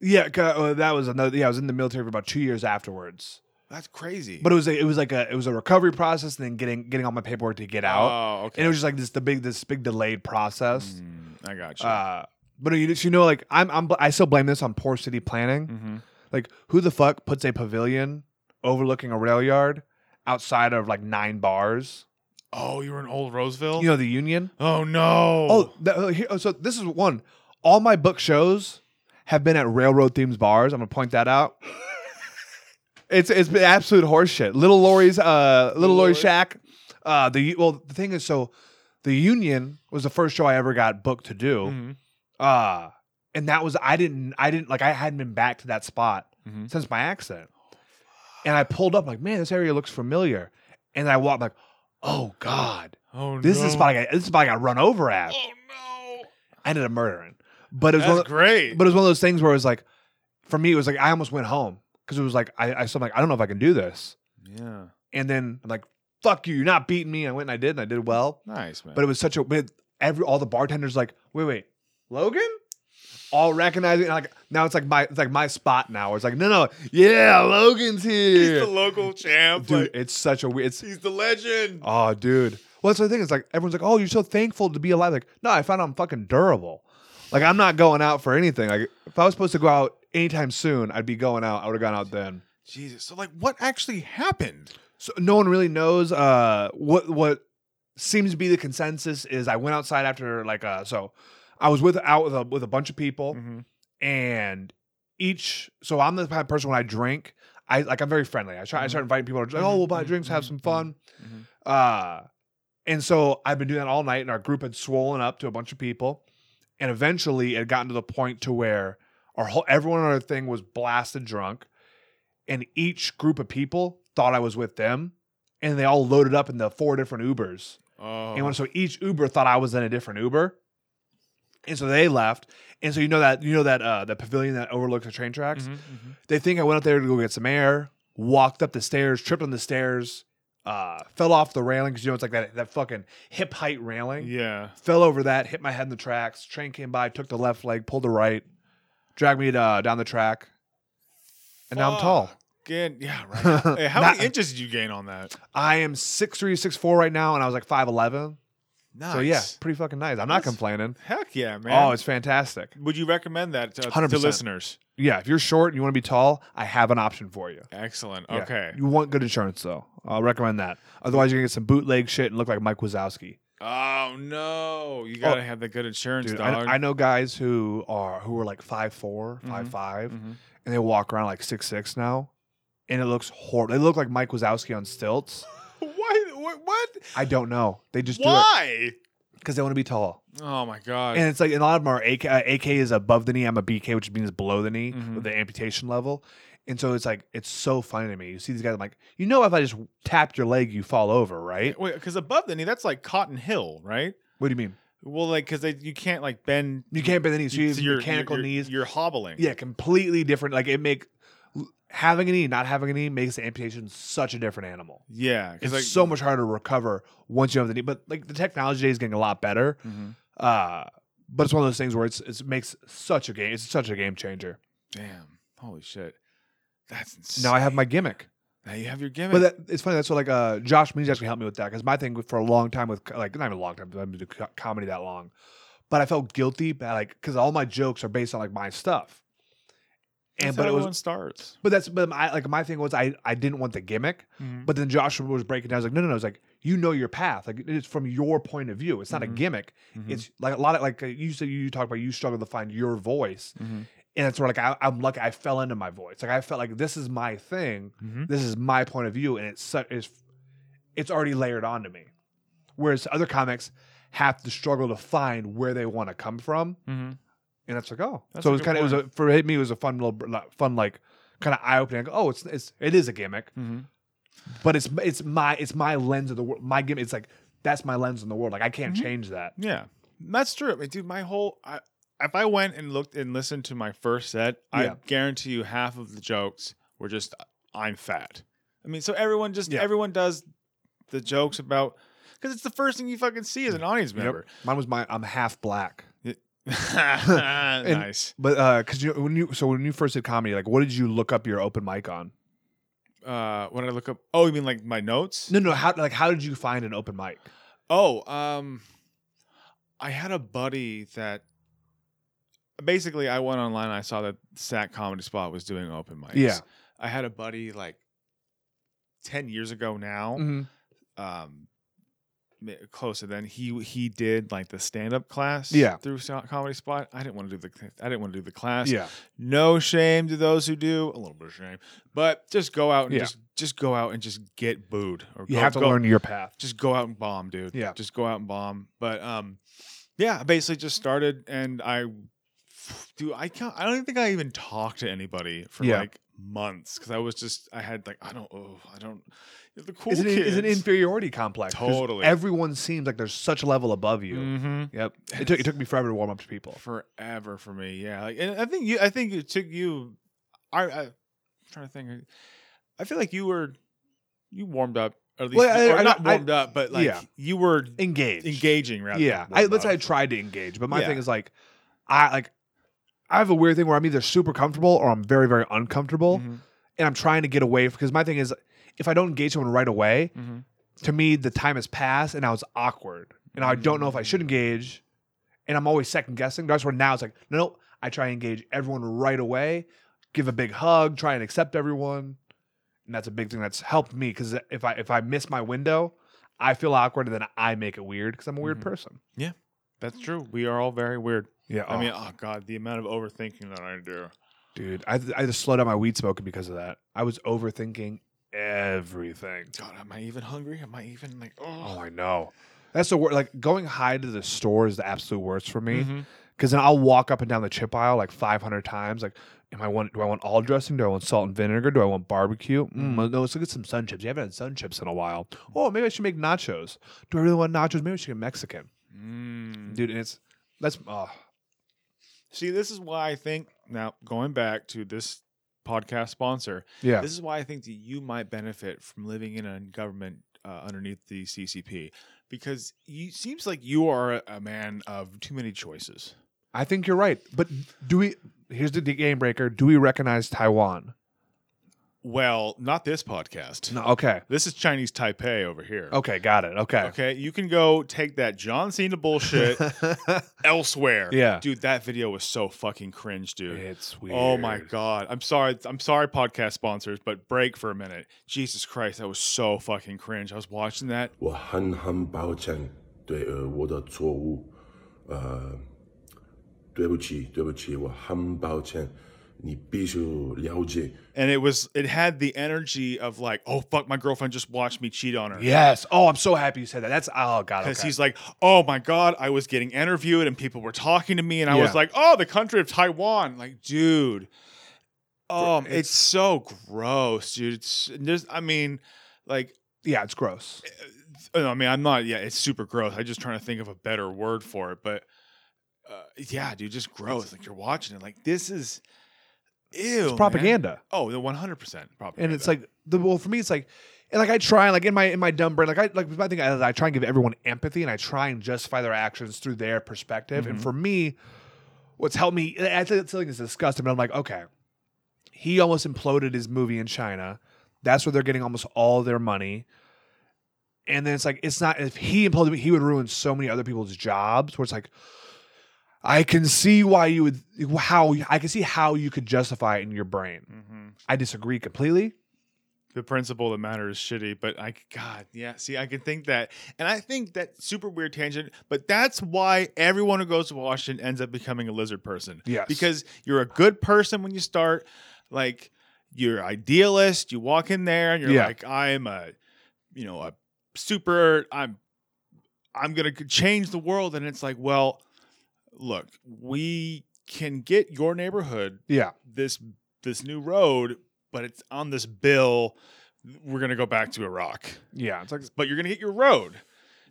S2: Yeah, ca- uh, that was another. Yeah, I was in the military for about two years afterwards.
S1: That's crazy.
S2: But it was a, it was like a it was a recovery process, and then getting getting all my paperwork to get out,
S1: oh, okay.
S2: and it was just like this the big this big delayed process.
S1: Mm, I got you.
S2: Uh, but you, you know, like I'm I'm bl- I still blame this on poor city planning.
S1: Mm-hmm.
S2: Like who the fuck puts a pavilion overlooking a rail yard outside of like nine bars?
S1: Oh, you were in Old Roseville.
S2: You know the Union.
S1: oh no.
S2: Oh, that, uh, here, oh, so this is one. All my book shows have been at railroad themes bars. I'm gonna point that out. it's it's been absolute horseshit. Little Lori's, uh, Little Lori Shack. Uh, the well, the thing is, so the Union was the first show I ever got booked to do.
S1: Mhm.
S2: Uh, and that was I didn't I didn't like I hadn't been back to that spot
S1: Mhm.
S2: since my accident. And I pulled up like, man, this area looks familiar. And I walked like, oh god,
S1: Oh,
S2: this
S1: no.
S2: is the spot I got, this is the spot I got run over at.
S1: Oh no.
S2: I ended up murdering. But it was
S1: That's
S2: one of,
S1: great.
S2: but it was one of those things where it was like, for me, it was like I almost went home because it was like I, I so I'm like I don't know if I can do this,
S1: yeah.
S2: and then I'm like fuck you, you're not beating me. I went and I did and I did well,
S1: Nice man.
S2: but it was such a but every all the bartenders like wait wait Logan. All recognizing and like now it's like my it's like my spot now. It's like no no yeah Logan's
S1: he's the
S2: here,
S1: local champ.
S2: dude.
S1: like,
S2: it's such a weird. It's
S1: he's the legend.
S2: Oh, dude. Well, that's the thing. It's like everyone's like, "Oh, you're so thankful to be alive." Like, no, I found I'm fucking durable. Like, I'm not going out for anything. Like, if I was supposed to go out anytime soon, I'd be going out. I would have gone out then.
S1: Jesus. So like, what actually happened?
S2: So no one really knows. Uh, what what seems to be the consensus is I went outside after like uh, so I was with out with a with a bunch of people
S1: Mhm.
S2: and each so I'm the type of person when I drink, I like I'm very friendly. I try I start inviting people to drink, oh we'll buy drinks, have some fun.
S1: Mhm.
S2: Uh and so I've been doing that all night and our group had swollen up to a bunch of people. And eventually it had gotten to the point to where our whole everyone on our thing was blasted drunk. And each group of people thought I was with them. And they all loaded up in the four different Ubers.
S1: Oh.
S2: And when- so each Uber thought I was in a different Uber. And so they left. And so you know that you know that uh the pavilion that overlooks the train tracks?
S1: Mhm,
S2: They think I went up there to go get some air, walked up the stairs, tripped on the stairs, uh, fell off the railing because you know it's like that that fucking hip height railing.
S1: Yeah.
S2: Fell over that, hit my head in the tracks. Train came by, took the left leg, pulled the right, dragged me uh, down the track, and now I'm tall.
S1: Again. Yeah. Right. Hey, how
S2: Not-
S1: many inches did you gain on that?
S2: I am six three, six four right now, and I was like five eleven.
S1: Nice.
S2: So yeah, pretty fucking nice. I'm not
S1: That's-
S2: complaining.
S1: Heck yeah, man.
S2: Oh, it's fantastic.
S1: Would you recommend that to, to
S2: 100%.
S1: listeners?
S2: Yeah, if you're short and you want to be tall, I have an option for you.
S1: Excellent.
S2: Yeah.
S1: Okay.
S2: You want good insurance though. I'll recommend that. Otherwise, you're gonna get some bootleg shit and look like Mike Wazowski.
S1: Oh no, you gotta have the good insurance,
S2: Oh. Dude,
S1: dog.
S2: I, I know guys who are who are like five
S1: Mhm.
S2: and they walk around like six six now, and it looks horrible. They look like Mike Wazowski on stilts.
S1: Why? What? what?
S2: I don't know. They just do
S1: Why?
S2: it because they want to be tall.
S1: Oh my god.
S2: And it's like and a lot of them are AK. Uh, AK is above the knee. I'm a BK, which means below the knee
S1: Mhm.
S2: with the amputation level. And so it's like it's so funny to me. You see these guys, I'm like, you know, if I just tapped your leg, you fall over, right?
S1: Wait, because above the knee, that's like Cotton Hill, right?
S2: What do you mean?
S1: Well, like because you can't like bend.
S2: You can't bend the knees. So you
S1: so
S2: have
S1: you're-
S2: mechanical
S1: you're-
S2: knees.
S1: You're hobbling.
S2: yeah, completely different. Like it make having a knee, not having a knee, makes the amputation such a different animal.
S1: Yeah. 'cause,
S2: It's
S1: like,
S2: so much harder to recover once you have the knee. But like the technology today is getting a lot better.
S1: Mhm.
S2: Uh, but it's one of those things where it's it makes such a game. It's such a game changer.
S1: Damn. Holy shit. That's insane.
S2: Now I have my gimmick.
S1: Now you have your gimmick.
S2: But that, it's funny. That's what like uh, Josh Means actually helped me with that because my thing for a long time with co- like not even a long time. 'cause I haven't been doing co- comedy that long, but I felt guilty, but like because all my jokes are based on like my stuff, And
S4: That's
S2: but
S4: how
S2: it was
S4: everyone starts.
S2: But that's but my like my thing was I I didn't want the gimmick.
S1: Mm-hmm.
S4: Mhm.
S2: But then Joshua was breaking down. I was like, no, no, no. It's like you know your path. Like it's from your point of view. It's not a gimmick.
S1: Mm-hmm.
S2: It's like a lot of like uh, you said. You talk about you struggle to find your voice,
S1: Mm-hmm.
S4: Mhm.
S2: and it's where like I, I'm lucky I fell into my voice. Like I felt like this is my thing.
S1: Mm-hmm.
S4: Mhm.
S2: This is my point of view, and it's su- it's it's already layered onto me. Whereas other comics have to struggle to find where they want to come from
S4: Mm-hmm.
S2: and it's like oh
S4: That's
S2: so
S4: a
S2: it was
S4: good
S2: kind of it was a, for me it was a fun little br- like, fun like kind of eye-opening like, oh it's, it's it is a gimmick
S1: Mm-hmm.
S4: Mhm.
S2: but it's it's my it's my lens of the world my gimmick it's like that's my lens in the world like i can't
S4: Mhm.
S2: change that
S4: Yeah.
S1: That's true. I mean, dude, my whole I, if I went and looked and listened to my first set,
S2: Yeah.
S1: I guarantee you half of the jokes were just I'm fat. I mean, so everyone just
S2: Yeah.
S1: everyone does the jokes about because it's the first thing you fucking see as an audience
S2: Mm. Yep.
S1: member.
S2: mine was my i'm half black
S1: nice.
S2: but uh because you when you so when you first did comedy like what did you look up your open mic on
S1: Uh, when I look up, oh, you mean like my notes?
S2: no no how like how did you find an open mic
S1: Oh, um, I had a buddy that basically I went online. and I saw that Sack Comedy Spot was doing open mics.
S2: Yeah.
S1: I had a buddy like ten years ago now,
S2: Mhm.
S1: um, mi- closer then. He he did like the stand up class.
S2: Yeah.
S1: through Sack Comedy Spot. I didn't want to do the I didn't want to do the class.
S2: yeah
S1: No shame to those who do. A little bit of shame, but just go out and
S2: Yeah.
S1: just just go out and just get booed. Or
S2: you
S1: go-
S2: have to
S1: go-
S2: learn your path
S1: just go out and bomb, dude.
S2: Yeah.
S1: Just go out and bomb. But um yeah, I basically just started and I dude, I can't I don't even think I even talked to anybody for
S2: Yeah.
S1: like months because I was just I had like I don't oh I don't you're the cool
S2: it's an,
S1: kids.
S2: it's an inferiority complex 'cause
S1: Totally.
S2: everyone seems like there's such a level above you
S1: Mhm.
S2: Yep. It took it took me forever to warm up to people.
S1: Forever for me. Yeah. Like and I think you I think it took you I, I I'm trying to think I feel like you were you warmed up or at least
S2: Well, I-
S1: or
S2: I-
S1: not
S2: I-
S1: warmed up, but like
S2: yeah.
S1: you were
S2: Engage.
S1: engaging rather
S2: Yeah.
S1: than
S2: I,
S1: warmed
S2: let's say I
S1: up.
S2: tried to engage, but my
S1: Yeah.
S2: thing is like, I like, I have a weird thing where I'm either super comfortable or I'm very very uncomfortable,
S1: Mhm.
S2: and I'm trying to get away because my thing is if I don't engage someone right away,
S1: Mhm.
S2: to me the time has passed and I was awkward and I don't know if I should engage, and I'm always second guessing. That's where now it's like, no, no, I try and engage everyone right away, give a big hug, try and accept everyone. and that's a big thing that's helped me because if I if I miss my window, I feel awkward and then I make it weird because I'm a weird
S1: Mhm.
S2: person.
S1: That's true. We are all very weird.
S2: Yeah,
S1: I
S2: oh,
S1: mean, oh god, the amount of overthinking that I do.
S2: dude, I I just slowed down my weed smoking because of that. I was overthinking everything.
S1: God, am I even hungry? Am I even like
S2: Oh,
S1: oh?
S2: I know. That's the worst. Like going high to the store is the absolute worst for
S1: Mm-hmm.
S2: me because then I'll walk up and down the chip aisle like 500 times. Like, am I want? Do I want all dressing? Do I want salt and vinegar? Do I want barbecue?
S1: Mm-hmm.
S2: Mm, no, let's look at some sun chips. You haven't had sun chips in a while. Oh, maybe I should make nachos. Do I really want nachos? Maybe I should get Mexican.
S1: Mm.
S2: dude. And it's that's oh,
S1: See, this is why I think now going back to this podcast sponsor.
S2: yeah,
S1: This is why I think that you might benefit from living in a government uh, underneath the CCP because you seems like you are a- a man of too many choices.
S2: I think you're right. But do we? Here's the game breaker. Do we recognize Taiwan?
S1: Well, not this podcast.
S2: No. Okay.
S1: This is Chinese Taipei over here.
S2: Okay. Got it. Okay.
S1: Okay, you can go take that John Cena bullshit elsewhere.
S2: Yeah.
S1: Dude, that video was so fucking cringe, dude.
S2: it's weird.
S1: Oh my god. I'm sorry. I'm sorry, podcast sponsors, but break for a minute. Jesus Christ, that was so fucking cringe. I was watching that.
S5: 我狠狠抱歉，对呃我的错误，呃，对不起，对不起，我很抱歉，你必须了解。
S1: And it was it had the energy of like, oh fuck, my girlfriend just watched me cheat on her.
S2: Yes. Oh, I'm so happy you said that. That's oh god.
S1: Because
S2: Okay.
S1: he's like, oh my God, I was getting interviewed and people were talking to me, and I
S2: Yeah.
S1: was like, oh, the country of Taiwan. Like, dude, um, it's,
S2: it's-
S1: so gross, dude. It's, there's, I mean, like,
S2: yeah, it's gross.
S1: uh, I mean, I'm not, yeah, it's super gross. I'm just trying to think of a better word for it, but uh, yeah, dude, just gross. Like, you're watching it, like, this is ew.
S2: It's
S1: man.
S2: propaganda,
S1: Oh, the 100% propaganda.
S2: and it's like the well for me, it's like. And like I try, like in my in my dumb brain, like I like my thing is I try and give everyone empathy, and I try and justify their actions through their perspective. And for me, what's helped me, I think it's something that's disgusting, but I'm like, okay, he almost imploded his movie in China. That's where they're getting almost all their money. And then it's like, it's not, if he imploded, he would ruin so many other people's jobs where it's like, I can see why you would how I can see how you could justify it in your brain. I disagree completely.
S1: Mm-hmm. the principle that matters is shitty, but I God, yeah. See, I can think that, and I think that super weird tangent. But that's why everyone who goes to Washington ends up becoming a lizard person.
S2: Yes.
S1: because you're a good person when you start. Like you're idealist. You walk in there and you're
S2: Yeah.
S1: like, I'm a, you know, a super. I'm, I'm gonna c- change the world, and it's like, well, look, we can get your neighborhood
S2: Yeah.
S1: this this new road, but it's on this bill. We're gonna go back to Iraq,
S2: Yeah. It's like
S1: but you're gonna get your road.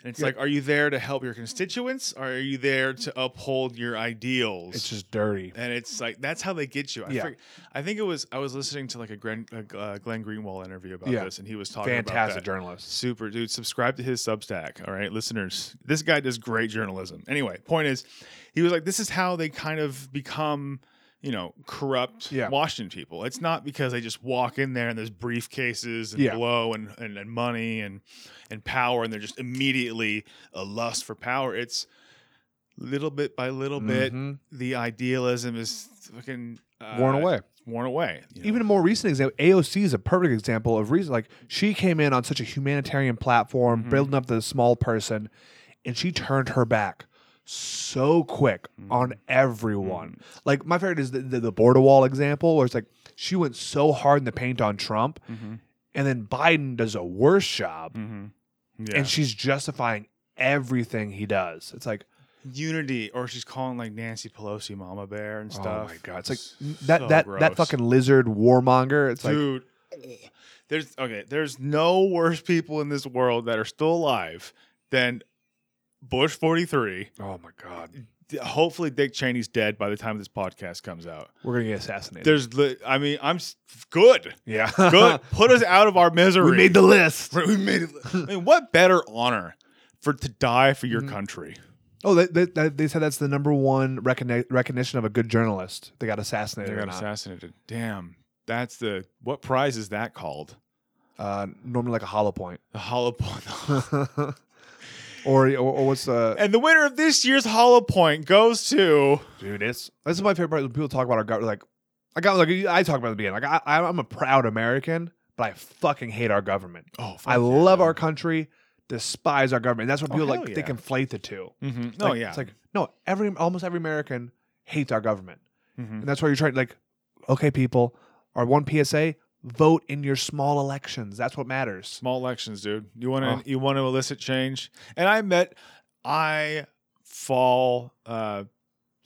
S1: And it's
S2: Yeah.
S1: like, are you there to help your constituents? Or are you there to uphold your ideals?
S2: it's just dirty.
S1: and it's like that's how they get you. I,
S2: Yeah.
S1: forg- I think it was I was listening to like a Glenn, uh, Glenn Greenwald interview about
S2: Yeah.
S1: this, and he was talking about
S2: Fantastic
S1: that.
S2: journalist.
S1: Super, dude. Subscribe to his Substack. All right, listeners. This guy does great journalism. Anyway, point is, he was like, this is how they kind of become, you know, corrupt
S2: Yeah.
S1: Washington people. It's not because they just walk in there and there's briefcases and
S2: Yeah.
S1: blow and, and, and money and and power and they're just immediately a lust for power. It's little bit by little bit,
S2: Mhm.
S1: the idealism is fucking uh,
S2: Worn away.
S1: Worn away. you know?
S2: Even a more recent example, AOC is a perfect example of reason. Like she came in on such a humanitarian platform,
S1: Mm-hmm.
S2: building up the small person, and she turned her back so quick
S1: Mm.
S2: on
S1: Mm-hmm.
S2: everyone. Like my favorite is the, the, the border wall example, where it's like she went so hard in the paint on Trump,
S1: Mm-hmm.
S2: and then Biden does a worse job,
S1: Mm, Yeah.
S2: and she's justifying everything he does. It's like
S1: Unity, or she's calling like Nancy Pelosi Mama Bear and stuff.
S2: oh my god, it's like
S1: It's
S2: that
S1: so
S2: that that
S1: gross.
S2: fucking lizard warmonger. It's like
S1: dude. There's okay. There's no worse people in this world that are still alive than Bush 43.
S2: oh my god,
S1: D- Hopefully, Dick Cheney's dead by the time this podcast comes out.
S2: we're gonna get assassinated.
S1: There's, li- I mean, I'm s- good.
S2: yeah,
S1: Good. Put us out of our misery.
S2: we made the list.
S1: We made it. I mean, what better honor for to die for your country?
S2: Oh, they, they, they- they said that's the number one recogni- recognition of a good journalist. They got assassinated.
S1: They
S2: or
S1: got
S2: not.
S1: assassinated. Damn. That's the what prize is that called?
S2: uh, normally like a hollow point.
S1: The hollow point.
S2: or, or or what's uh, the
S1: and the winner of this year's hollow point goes to
S2: dude? It's this is my favorite part. When people talk about our government, like I got like I talk about it at the beginning. Like I, I'm a proud American, but I fucking hate our government.
S1: Oh, fuck
S2: I
S1: yeah,
S2: love
S1: dude.
S2: our country, despise our government. And that's what people
S1: hell
S2: like. They
S1: yeah.
S2: conflate the two.
S1: Mhm.
S2: Like, it's like no, every almost every American hates our government,
S1: Mm-hmm.
S2: and that's why you're trying. Like, okay, people, our one PSA: vote in your small elections. That's what matters.
S1: small elections, dude. You want to you want to elicit change. And I met I fall uh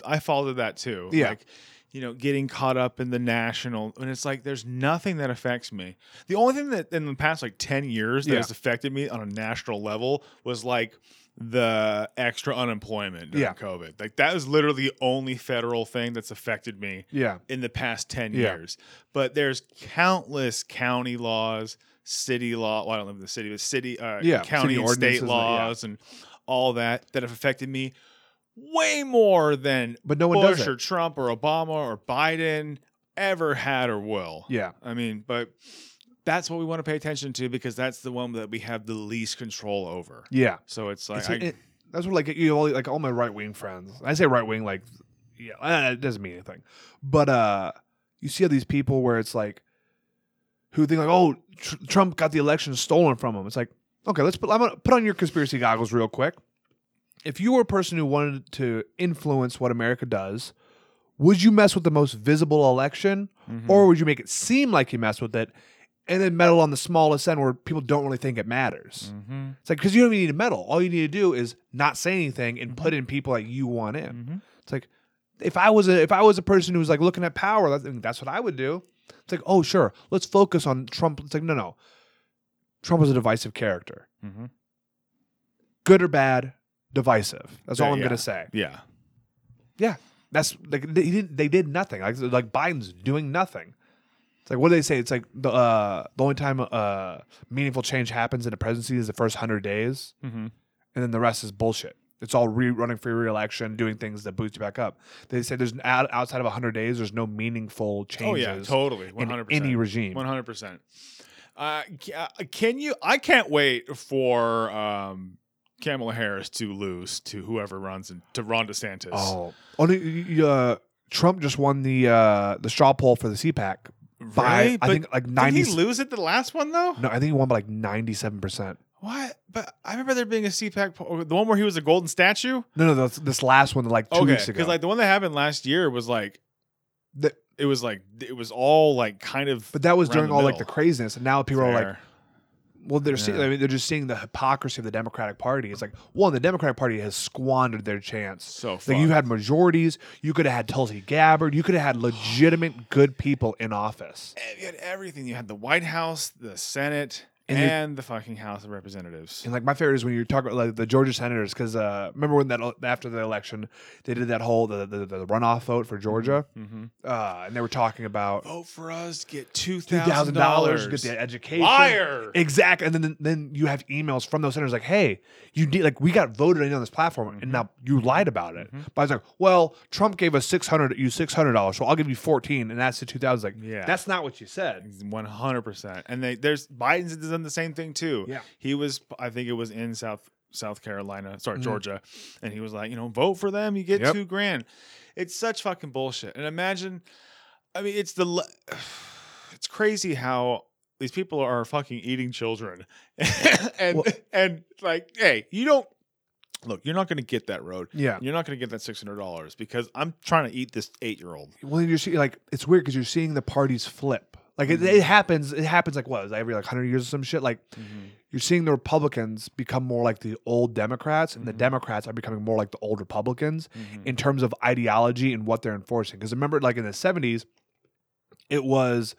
S1: I fall to that too.
S2: Yeah.
S1: Like you know, getting caught up in the national and it's like there's nothing that affects me. The only thing that in the past like 10 years that
S2: Yeah.
S1: has affected me on a national level was like the extra unemployment during
S2: Yeah.
S1: COVID. Like that was literally the only federal thing that's affected me
S2: Yeah,
S1: in the past 10
S2: Yeah.
S1: years. But there's countless county laws, city law. Well, I don't live in the city, but city, uh,
S2: Yeah,
S1: county
S2: city
S1: and
S2: ordinances
S1: state
S2: and that, yeah.
S1: laws and all that that have affected me way more than
S2: but no one
S1: Bush
S2: does
S1: or
S2: it.
S1: Trump or Obama or Biden ever had or will.
S2: Yeah,
S1: I mean, but that's what we want to pay attention to because that's the one that we have the least control over.
S2: yeah.
S1: So it's like,
S2: It's-
S1: I,
S2: it- that's what like you know, all like all my right wing friends. I say right wing like yeah, uh, it doesn't mean anything. But uh you see all these people where it's like who think like oh tr- Trump got the election stolen from him. It's like okay, let's put I'm gonna put on your conspiracy goggles real quick. If you were a person who wanted to influence what America does, would you mess with the most visible election
S1: Mm-hmm. Hmm.
S2: or would you make it seem like you messed with it and then meddle on the smallest end where people don't really think it matters?
S1: Mm-hmm.
S2: It's like because you don't even need to meddle. All you need to do is not say anything and
S1: Mm-hmm.
S2: put in people that you want in. It's like if I was a if I was a person who was like looking at power, that's, that's what I would do. It's like oh sure, let's focus on Trump. It's like no no, Trump was a divisive character,
S1: Mhm.
S2: good or bad, divisive. That's all I'm
S1: Yeah.
S2: gonna say.
S1: yeah.
S2: Yeah, that's like they did. They did nothing. Like like Biden's doing nothing. It's like what do they say? It's like the uh, the only time uh, meaningful change happens in a presidency is the first hundred days,
S1: Mhm.
S2: and then the rest is bullshit. It's all re- running for re-election, doing things that boost you back up. They say there's out, outside of hundred days, there's no meaningful
S1: Oh,
S2: changes.
S1: yeah, totally. 100%.
S2: any regime.
S1: One hundred Uh, percent. Can you? I can't wait for um, Kamala Harris to lose to whoever runs and to Ron DeSantis.
S2: Oh, oh no, y- y- uh, Trump just won the uh, the straw poll for the CPAC by
S1: Right?
S2: I
S1: But
S2: think like
S1: Did
S2: ninety.
S1: he lose at the last one though?
S2: no, I think he won by like ninety seven percent.
S1: What? But I remember there being a CPAC, poll- the one where he was a golden statue.
S2: No, no, this, this last one like two
S1: okay,
S2: weeks ago.
S1: because like the one that happened last year was like,
S2: The-
S1: it was like it was all like kind of.
S2: but that was
S1: around
S2: during
S1: the
S2: all like the
S1: middle.
S2: craziness, and now people are like,
S1: Fair.
S2: well, they're see-
S1: Yeah.
S2: I mean, they're just seeing the hypocrisy of the Democratic Party. It's like, one, the Democratic Party has squandered their chance.
S1: so
S2: Like
S1: fucked.
S2: you had majorities, you could have had Tulsi Gabbard, you could have had legitimate good people in office.
S1: ev- you had everything. You had the White House, the Senate,
S2: And
S1: and,
S2: they-
S1: the fucking House of Representatives.
S2: And like my favorite is when you're talking about like the Georgia senators, because uh, remember when that after the election they did that whole the the, the runoff vote for Georgia,
S1: Mhm.
S2: uh, and they were talking about
S1: Vote for us, get two
S2: two thousand
S1: thousand
S2: dollars, get
S1: dollars.
S2: the education,
S1: Liar.
S2: exactly. And then then you have emails from those senators like, hey, you did like we got voted in on this platform, and now you lied about it. But I was like, well, Trump gave us six hundred, you six hundred dollars, so I'll give you fourteen, and that's the two thousand. Like,
S1: Yeah.
S2: that's not what you said.
S1: One hundred percent, and they there's Biden's done the same thing too.
S2: Yeah.
S1: he was. I think it was in South South Carolina, sorry Georgia, and he was like, you know, vote for them, you get
S2: Mm. Yep.
S1: two grand. It's such fucking bullshit. And imagine, I mean, it's the, le- it's crazy how these people are fucking eating children, and
S2: Well-
S1: and like, hey, you don't look, you're not going to get that road.
S2: Yeah.
S1: You're not going to get that six hundred dollars because I'm trying to eat this eight year old.
S2: Well, and you're see, like it's weird because you're seeing the parties flip. Like it, it happens. It happens like what is that, every like hundred years or some shit. Like you're seeing the Republicans become more like the old Democrats, and the Democrats are becoming more like the old Republicans in terms of ideology and what they're enforcing. Because remember, like in the '70s, it was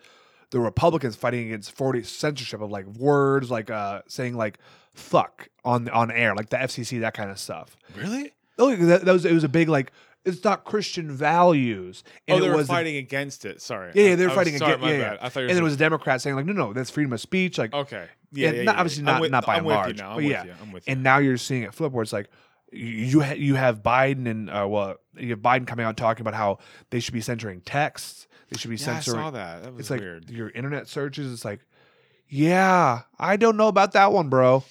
S2: the Republicans fighting against 40 censorship of like words, like uh saying like "fuck" on on air, like the FCC, that kind of stuff.
S1: Really?
S2: Oh, that, that was it was a big like. It's not Christian values.
S1: Oh, they
S2: it
S1: were
S2: was the-
S1: fighting against it. Sorry.
S2: yeah,
S1: I-
S2: yeah, they were
S1: I was-
S2: fighting
S1: sorry,
S2: against.
S1: my
S2: Yeah,
S1: bad.
S2: yeah.
S1: I thought you were
S2: and there
S1: saying-
S2: was a Democrat saying like, no, no, that's freedom of speech. Like,
S1: Okay. Yeah.
S2: and
S1: yeah,
S2: not-
S1: yeah,
S2: obviously
S1: yeah.
S2: not-
S1: I'm with,
S2: not by
S1: I'm
S2: and
S1: with
S2: large,
S1: You now.
S2: but
S1: I'm
S2: yeah.
S1: With you. I'm with you.
S2: and now you're seeing it flip where it's like, you ha- you have Biden and uh, well, you have Biden coming out talking about how they should be censoring texts. They should be
S1: yeah,
S2: censoring.
S1: I saw that. That was
S2: It's like
S1: weird.
S2: your internet searches. It's like, yeah, I don't know about that one, bro.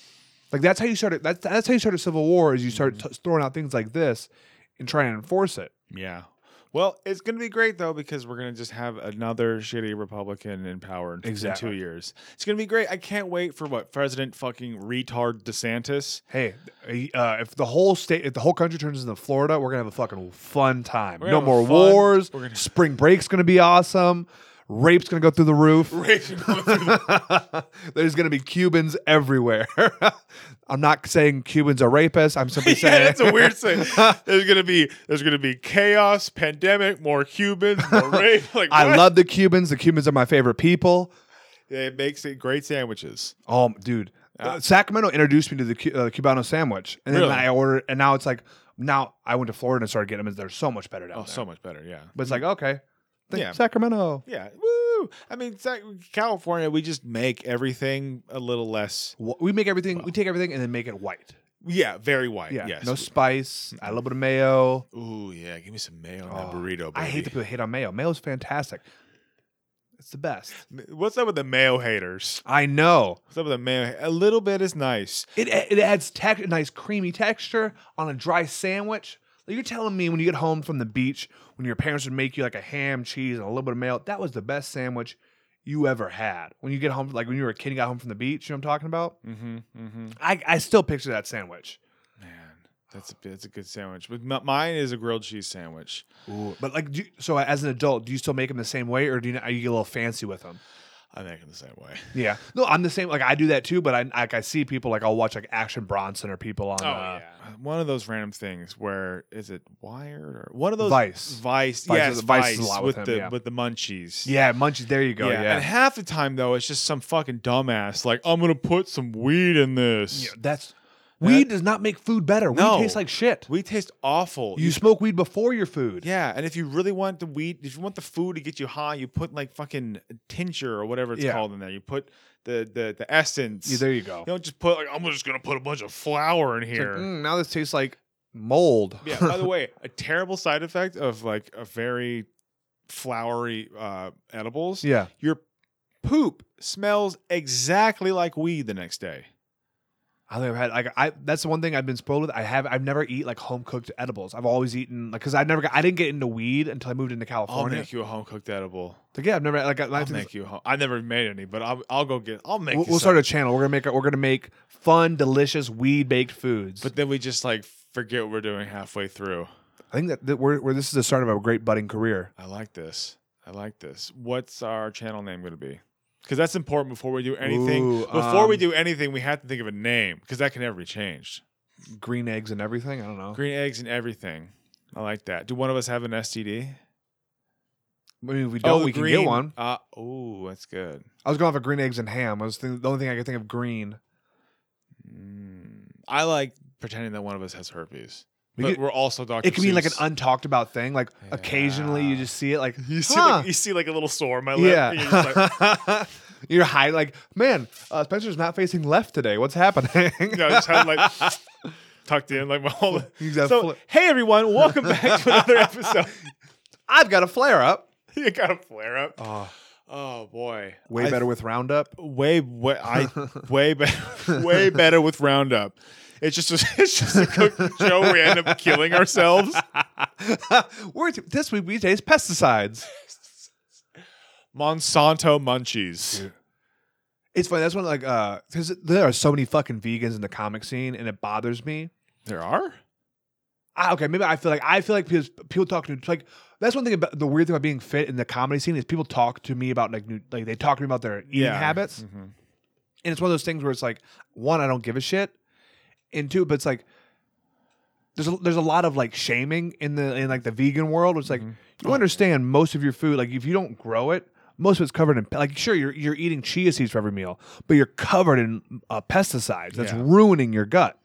S2: Like that's how you started. That's that's how you started civil war. Is you start
S1: Mm-hmm.
S2: t- throwing out things like this and trying to enforce it.
S1: Yeah. Well, it's going to be great though because we're going to just have another shitty Republican in power in, in
S2: Exactly.
S1: two years. It's going to be great. I can't wait for what President fucking retard DeSantis.
S2: Hey, uh, if the whole state, if the whole country turns into Florida, we're gonna have a fucking fun time.
S1: We're
S2: No
S1: gonna have
S2: more
S1: a fun-
S2: wars.
S1: we're gonna-
S2: Spring break's gonna be awesome. Rape's gonna go through the roof. There's gonna be Cubans everywhere. I'm not saying Cubans are rapists. I'm simply
S1: yeah,
S2: saying
S1: that's a weird thing. There's going to be there's going to be chaos, pandemic, more Cubans, more rape. Like
S2: I
S1: what?
S2: love the Cubans. The Cubans are my favorite people.
S1: It makes it great sandwiches.
S2: Oh, dude, Uh, Sacramento introduced me to the Cu- uh, Cubano sandwich, and then
S1: Really?
S2: I ordered, and now it's like now I went to Florida and started getting them, and they're so much better down
S1: Oh,
S2: there.
S1: so much better. Yeah.
S2: but it's like okay, thank-
S1: Yeah.
S2: Sacramento.
S1: Yeah. Woo. I mean, Sa- California, we just make everything a little less.
S2: Wh- We make everything. We take everything and then make it white.
S1: Yeah, very white.
S2: Yeah.
S1: Yes.
S2: No spice. Add a little bit of mayo.
S1: Ooh, yeah. Give me some mayo on
S2: Oh,
S1: that burrito. Baby.
S2: I hate that people hate on mayo. Mayo's fantastic. It's the best.
S1: What's up with the mayo haters?
S2: I know.
S1: What's up with the mayo? A little bit is nice.
S2: It it adds tex- a nice creamy texture on a dry sandwich. Like, You're telling me when you get home from the beach, when your parents would make you like a ham, cheese, and a little bit of mayo, that was the best sandwich you ever had. When you get home, like when you were a kid, and got home from the beach. You know what I'm talking about?
S1: Mm-hmm. Mm-hmm.
S2: I, I still picture that sandwich.
S1: Man, that's a that's a good sandwich. But m- mine is a grilled cheese sandwich.
S2: Ooh, but like, do you, so as an adult, do you still make them the same way, or do you, are you get a little fancy with them?
S1: I make it the same way.
S2: Yeah, no, I'm the same. Like I do that too, but I like I see people like I'll watch like Action Bronson or people on. uh,
S1: Uh, One of those random things where is it Wired or one of those
S2: Vice.
S1: Vice,
S2: Vice
S1: yes,
S2: is- Vice is a lot with
S1: with,
S2: him,
S1: the
S2: yeah.
S1: with the munchies.
S2: yeah, Munchies. There you go. Yeah,
S1: And half the time though, it's just some fucking dumbass like I'm gonna put some weed in this.
S2: Yeah, that's weed does not make food better.
S1: No.
S2: Weed tastes like shit.
S1: We taste awful.
S2: you smoke weed before your food.
S1: yeah, and if you really want the weed, if you want the food to get you high, you put like fucking tincture or whatever it's
S2: Yeah.
S1: called in there. You put the the the essence.
S2: Yeah, there you go.
S1: you don't just put like I'm just gonna put a bunch of flour in
S2: It's like,
S1: here.
S2: "Mm, now this tastes like mold.
S1: Yeah. By the way, a terrible side effect of like a very flowery uh, edibles.
S2: yeah.
S1: Your poop smells exactly like weed the next day.
S2: I don't think I've had like I. That's the one thing I've been spoiled with. I have. I've never eaten like home cooked edibles. I've always eaten like because I never. Got, I didn't get into weed until I moved into
S1: I'll
S2: California.
S1: make you a home cooked edible.
S2: Like, yeah, I've never like. I- like
S1: I'll make you a home. I never made any, but I'll, I'll go get. I'll make.
S2: we'll,
S1: you
S2: we'll start
S1: some.
S2: a channel. We're gonna make. a- We're gonna make fun, delicious weed baked foods.
S1: But then we just like forget what we're doing halfway through.
S2: I think that, that we're, we're this is the start of a great budding career.
S1: I like this. I like this. What's our channel name going to be? Because that's important before we do anything.
S2: Ooh,
S1: before we
S2: um,
S1: do anything, we have to think of a name because that can never be changed.
S2: Green eggs and everything. I don't know.
S1: Green eggs and everything. I like that. Do one of us have an STD?
S2: I mean, if we don't,
S1: the
S2: Oh, we can
S1: green-
S2: get one.
S1: Uh, oh, that's good.
S2: I was going off of green eggs and ham. I was thinking, the only thing I could think of green.
S1: Mm, I like pretending that one of us has herpes,
S2: We
S1: but
S2: could-
S1: we're also Dr.
S2: it could be like an
S1: Seuss.
S2: untalked about thing. Like occasionally you
S1: Yeah.
S2: just see it. Like
S1: you see,
S2: huh,
S1: like, you see like a little sore on my lip. and you're just like-
S2: yeah. You're high. Like man, uh, Spencer's not facing left today. What's happening?
S1: Yeah, I just had like tucked in like my whole.
S2: He's got
S1: so
S2: fl-
S1: hey everyone, welcome back to another episode.
S2: I've got a flare up.
S1: you got a flare up.
S2: Oh,
S1: Oh boy,
S2: way
S1: I-
S2: better with Roundup.
S1: Way way I way better way better with Roundup. It's just a, it's just a cooking show. We end up killing ourselves.
S2: We're this week we taste pesticides.
S1: Monsanto munchies.
S2: It's funny. That's one like uh, because there are so many fucking vegans in the comic scene, and it bothers me.
S1: There are.
S2: Ah, okay, maybe I feel like I feel like people, people talk to like that's one thing about the weird thing about being fit in the comedy scene is people talk to me about like new, like they talk to me about their eating
S1: Yeah.
S2: habits,
S1: Mhm.
S2: and it's one of those things where it's like one I don't give a shit, and two, but it's like there's a, there's a lot of like shaming in the in like the vegan world. It's like you understand most of your food like if you don't grow it. Most of it's covered in like sure you're you're eating chia seeds for every meal, but you're covered in uh, pesticides. That's
S1: Yeah.
S2: ruining your gut.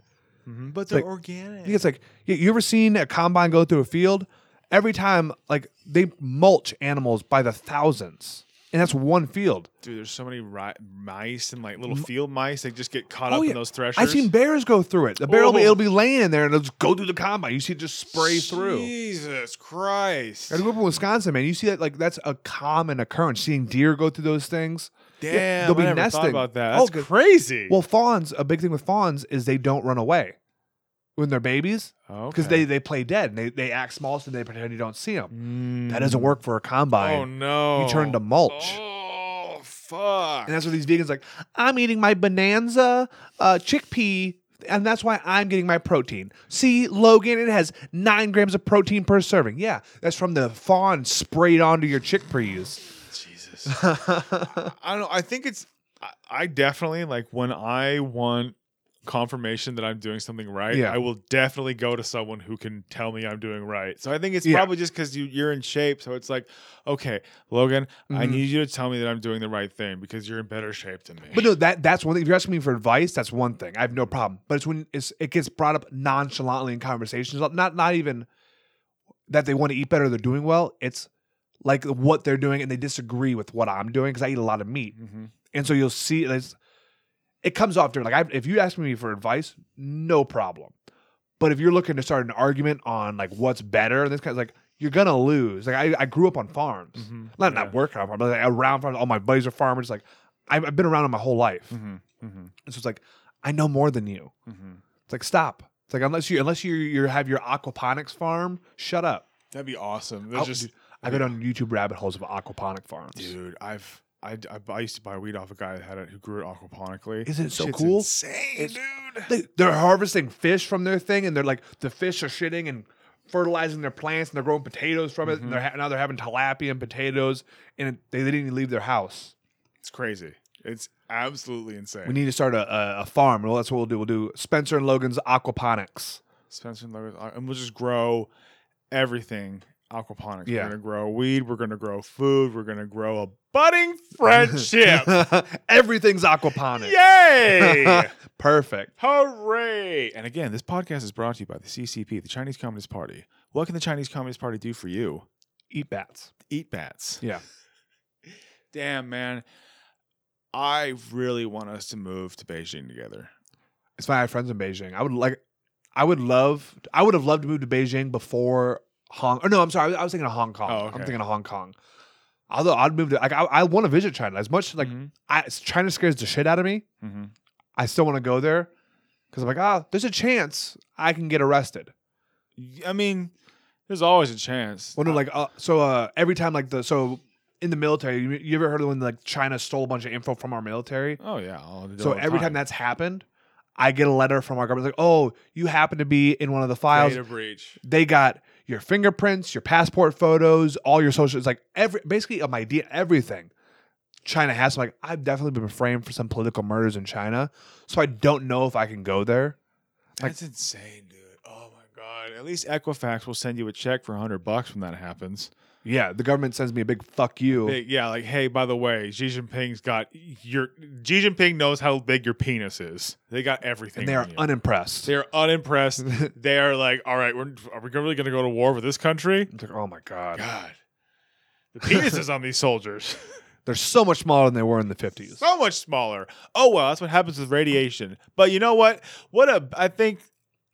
S1: But they're
S2: Like,
S1: organic.
S2: I think it's like you, you ever seen a combine go through a field? Every time, like they mulch animals by the thousands, and that's one field.
S1: Dude, there's so many ri- mice and like little field mice. They just get caught up in those threshers.
S2: Oh, I've seen bears go through it. The bear will be
S1: Oh.
S2: it'll be laying there and it'll just go through the combine. You see it just spray through.
S1: Jesus Christ.
S2: I grew up in Wisconsin, man. You see that like that's a common occurrence. Seeing deer go through those things.
S1: Damn,
S2: Yeah,
S1: I never thought about that. That's
S2: Oh, good.
S1: crazy.
S2: Well, fawns. A big thing with fawns is they don't run away when they're babies
S1: Oh,
S2: because they they play dead and they, they act small so they pretend you don't see them. That doesn't work for a combine.
S1: Mm. Oh no!
S2: You turn to mulch.
S1: Oh fuck!
S2: And that's what these vegans like. I'm eating my bonanza uh, chickpea, and that's why I'm getting my protein. See, Logan, it has nine grams of protein per serving. Yeah, that's from the fawn sprayed onto your chickpeas.
S1: Jesus. I, I don't know. I think it's. I, I definitely like when I want confirmation that I'm doing something right.
S2: Yeah.
S1: I will definitely go to someone who can tell me I'm doing right. So I think it's
S2: Yeah.
S1: probably just because you, you're in shape. So it's like, okay, Logan, I
S2: Mhm.
S1: need you to tell me that I'm doing the right thing because you're in better shape than me.
S2: But no, that that's one thing. If you're asking me for advice, that's one thing. I have no problem. But it's when it's, it gets brought up nonchalantly in conversations. Not not even that they want to eat better, they're doing well. It's like what they're doing, and they disagree with what I'm doing because I eat a lot of meat.
S1: Mhm.
S2: And so you'll see it's, it comes off different. Like I, if you ask me for advice, no problem. But if you're looking to start an argument on like what's better and this kind of like you're gonna lose. Like I, I grew up on farms,
S1: Mhm.
S2: not
S1: Yeah.
S2: not working on farms, but like around farms. All my buddies are farmers. Like I've, I've been around them my whole life,
S1: Mhm. Mhm.
S2: and so it's like I know more than you.
S1: Mhm.
S2: It's like stop. It's like unless you unless you you have your aquaponics farm, shut up.
S1: That'd be awesome. There's
S2: I'll-
S1: just
S2: dude, I've been on YouTube rabbit holes of aquaponic farms.
S1: dude i've I, I, I used to buy weed off a guy that had it who grew it aquaponically
S2: Isn't it so
S1: Shit's
S2: cool?
S1: insane dude
S2: they, they're harvesting fish from their thing, and they're like the fish are shitting and fertilizing their plants, and they're growing potatoes from it. And they're ha- now they're having tilapia and potatoes, and it, they, they didn't even leave their house.
S1: it's crazy it's absolutely insane
S2: We need to start a, a, a farm. Well, that's what we'll do. We'll do Spencer and Logan's aquaponics.
S1: spencer and Logan's, and we'll just grow everything aquaponics
S2: Yeah.
S1: we're gonna grow weed we're gonna grow food we're gonna grow a budding friendship
S2: Everything's aquaponics.
S1: yay
S2: Perfect.
S1: Hooray! And again, this podcast is brought to you by the CCP, the Chinese Communist Party. What can the Chinese Communist Party do for you?
S2: Eat bats.
S1: Eat bats.
S2: Yeah.
S1: Damn, man. I really want us to move to Beijing together.
S2: It's fine. I have friends in Beijing. I would like, I would love, I would have loved to move to Beijing before Hong. Or no, I'm sorry. I was, I was thinking of Hong Kong.
S1: Oh,
S2: I'm
S1: okay.
S2: thinking of Hong Kong. Although I'd move to, like, I, I want to visit China as much. Like,
S1: Mhm.
S2: I, China scares the shit out of me.
S1: Mhm.
S2: I still want to go there. because I'm like, ah, there's a chance I can get arrested.
S1: I mean, there's always a chance.
S2: Well, no, like uh, so uh, every time like the so in the military, you, you ever heard of when like China stole a bunch of info from our military?
S1: Oh yeah. all the-
S2: So
S1: all the
S2: every time that's happened, I get a letter from our government like, oh, you happen to be in one of the files.
S1: data breach.
S2: They got your fingerprints, your passport photos, all your social. It's like every basically of my D everything. China has so, like I've definitely been framed for some political murders in China, so I don't know if I can go there. Like-
S1: That's insane, dude. Oh my god. At least Equifax will send you a check for hundred bucks when that happens.
S2: Yeah, the government sends me a big fuck you.
S1: Hey, yeah, like hey, by the way, Xi Jinping's got your Xi Jinping knows how big your penis is. They got everything.
S2: and they are
S1: on you.
S2: unimpressed.
S1: They're unimpressed. they are like, all right, we're, are we really going to go to war with this country?
S2: It's like, oh my god.
S1: God, the penises on these soldiers
S2: They're so much smaller than they were in the 50s.
S1: so much smaller. Oh well, that's what happens with radiation. But you know what? What a I think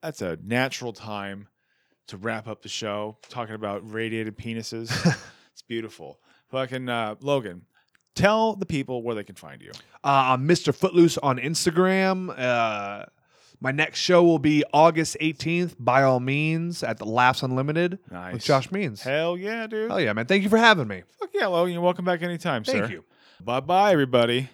S1: that's a natural time to wrap up the show talking about radiated penises. it's beautiful. Fucking uh, Logan, tell the people where they can find you.
S2: Uh, I'm Mr. Footloose on Instagram. Uh, my next show will be August 18th, by all means, at the Laughs Unlimited with
S1: Nice.
S2: Josh Means. Hell,
S1: Hell yeah, dude.
S2: yeah, man. Thank you for having me.
S1: Fuck yeah, Logan. You're welcome back anytime, sir.
S2: Thank you.
S1: Bye bye, everybody.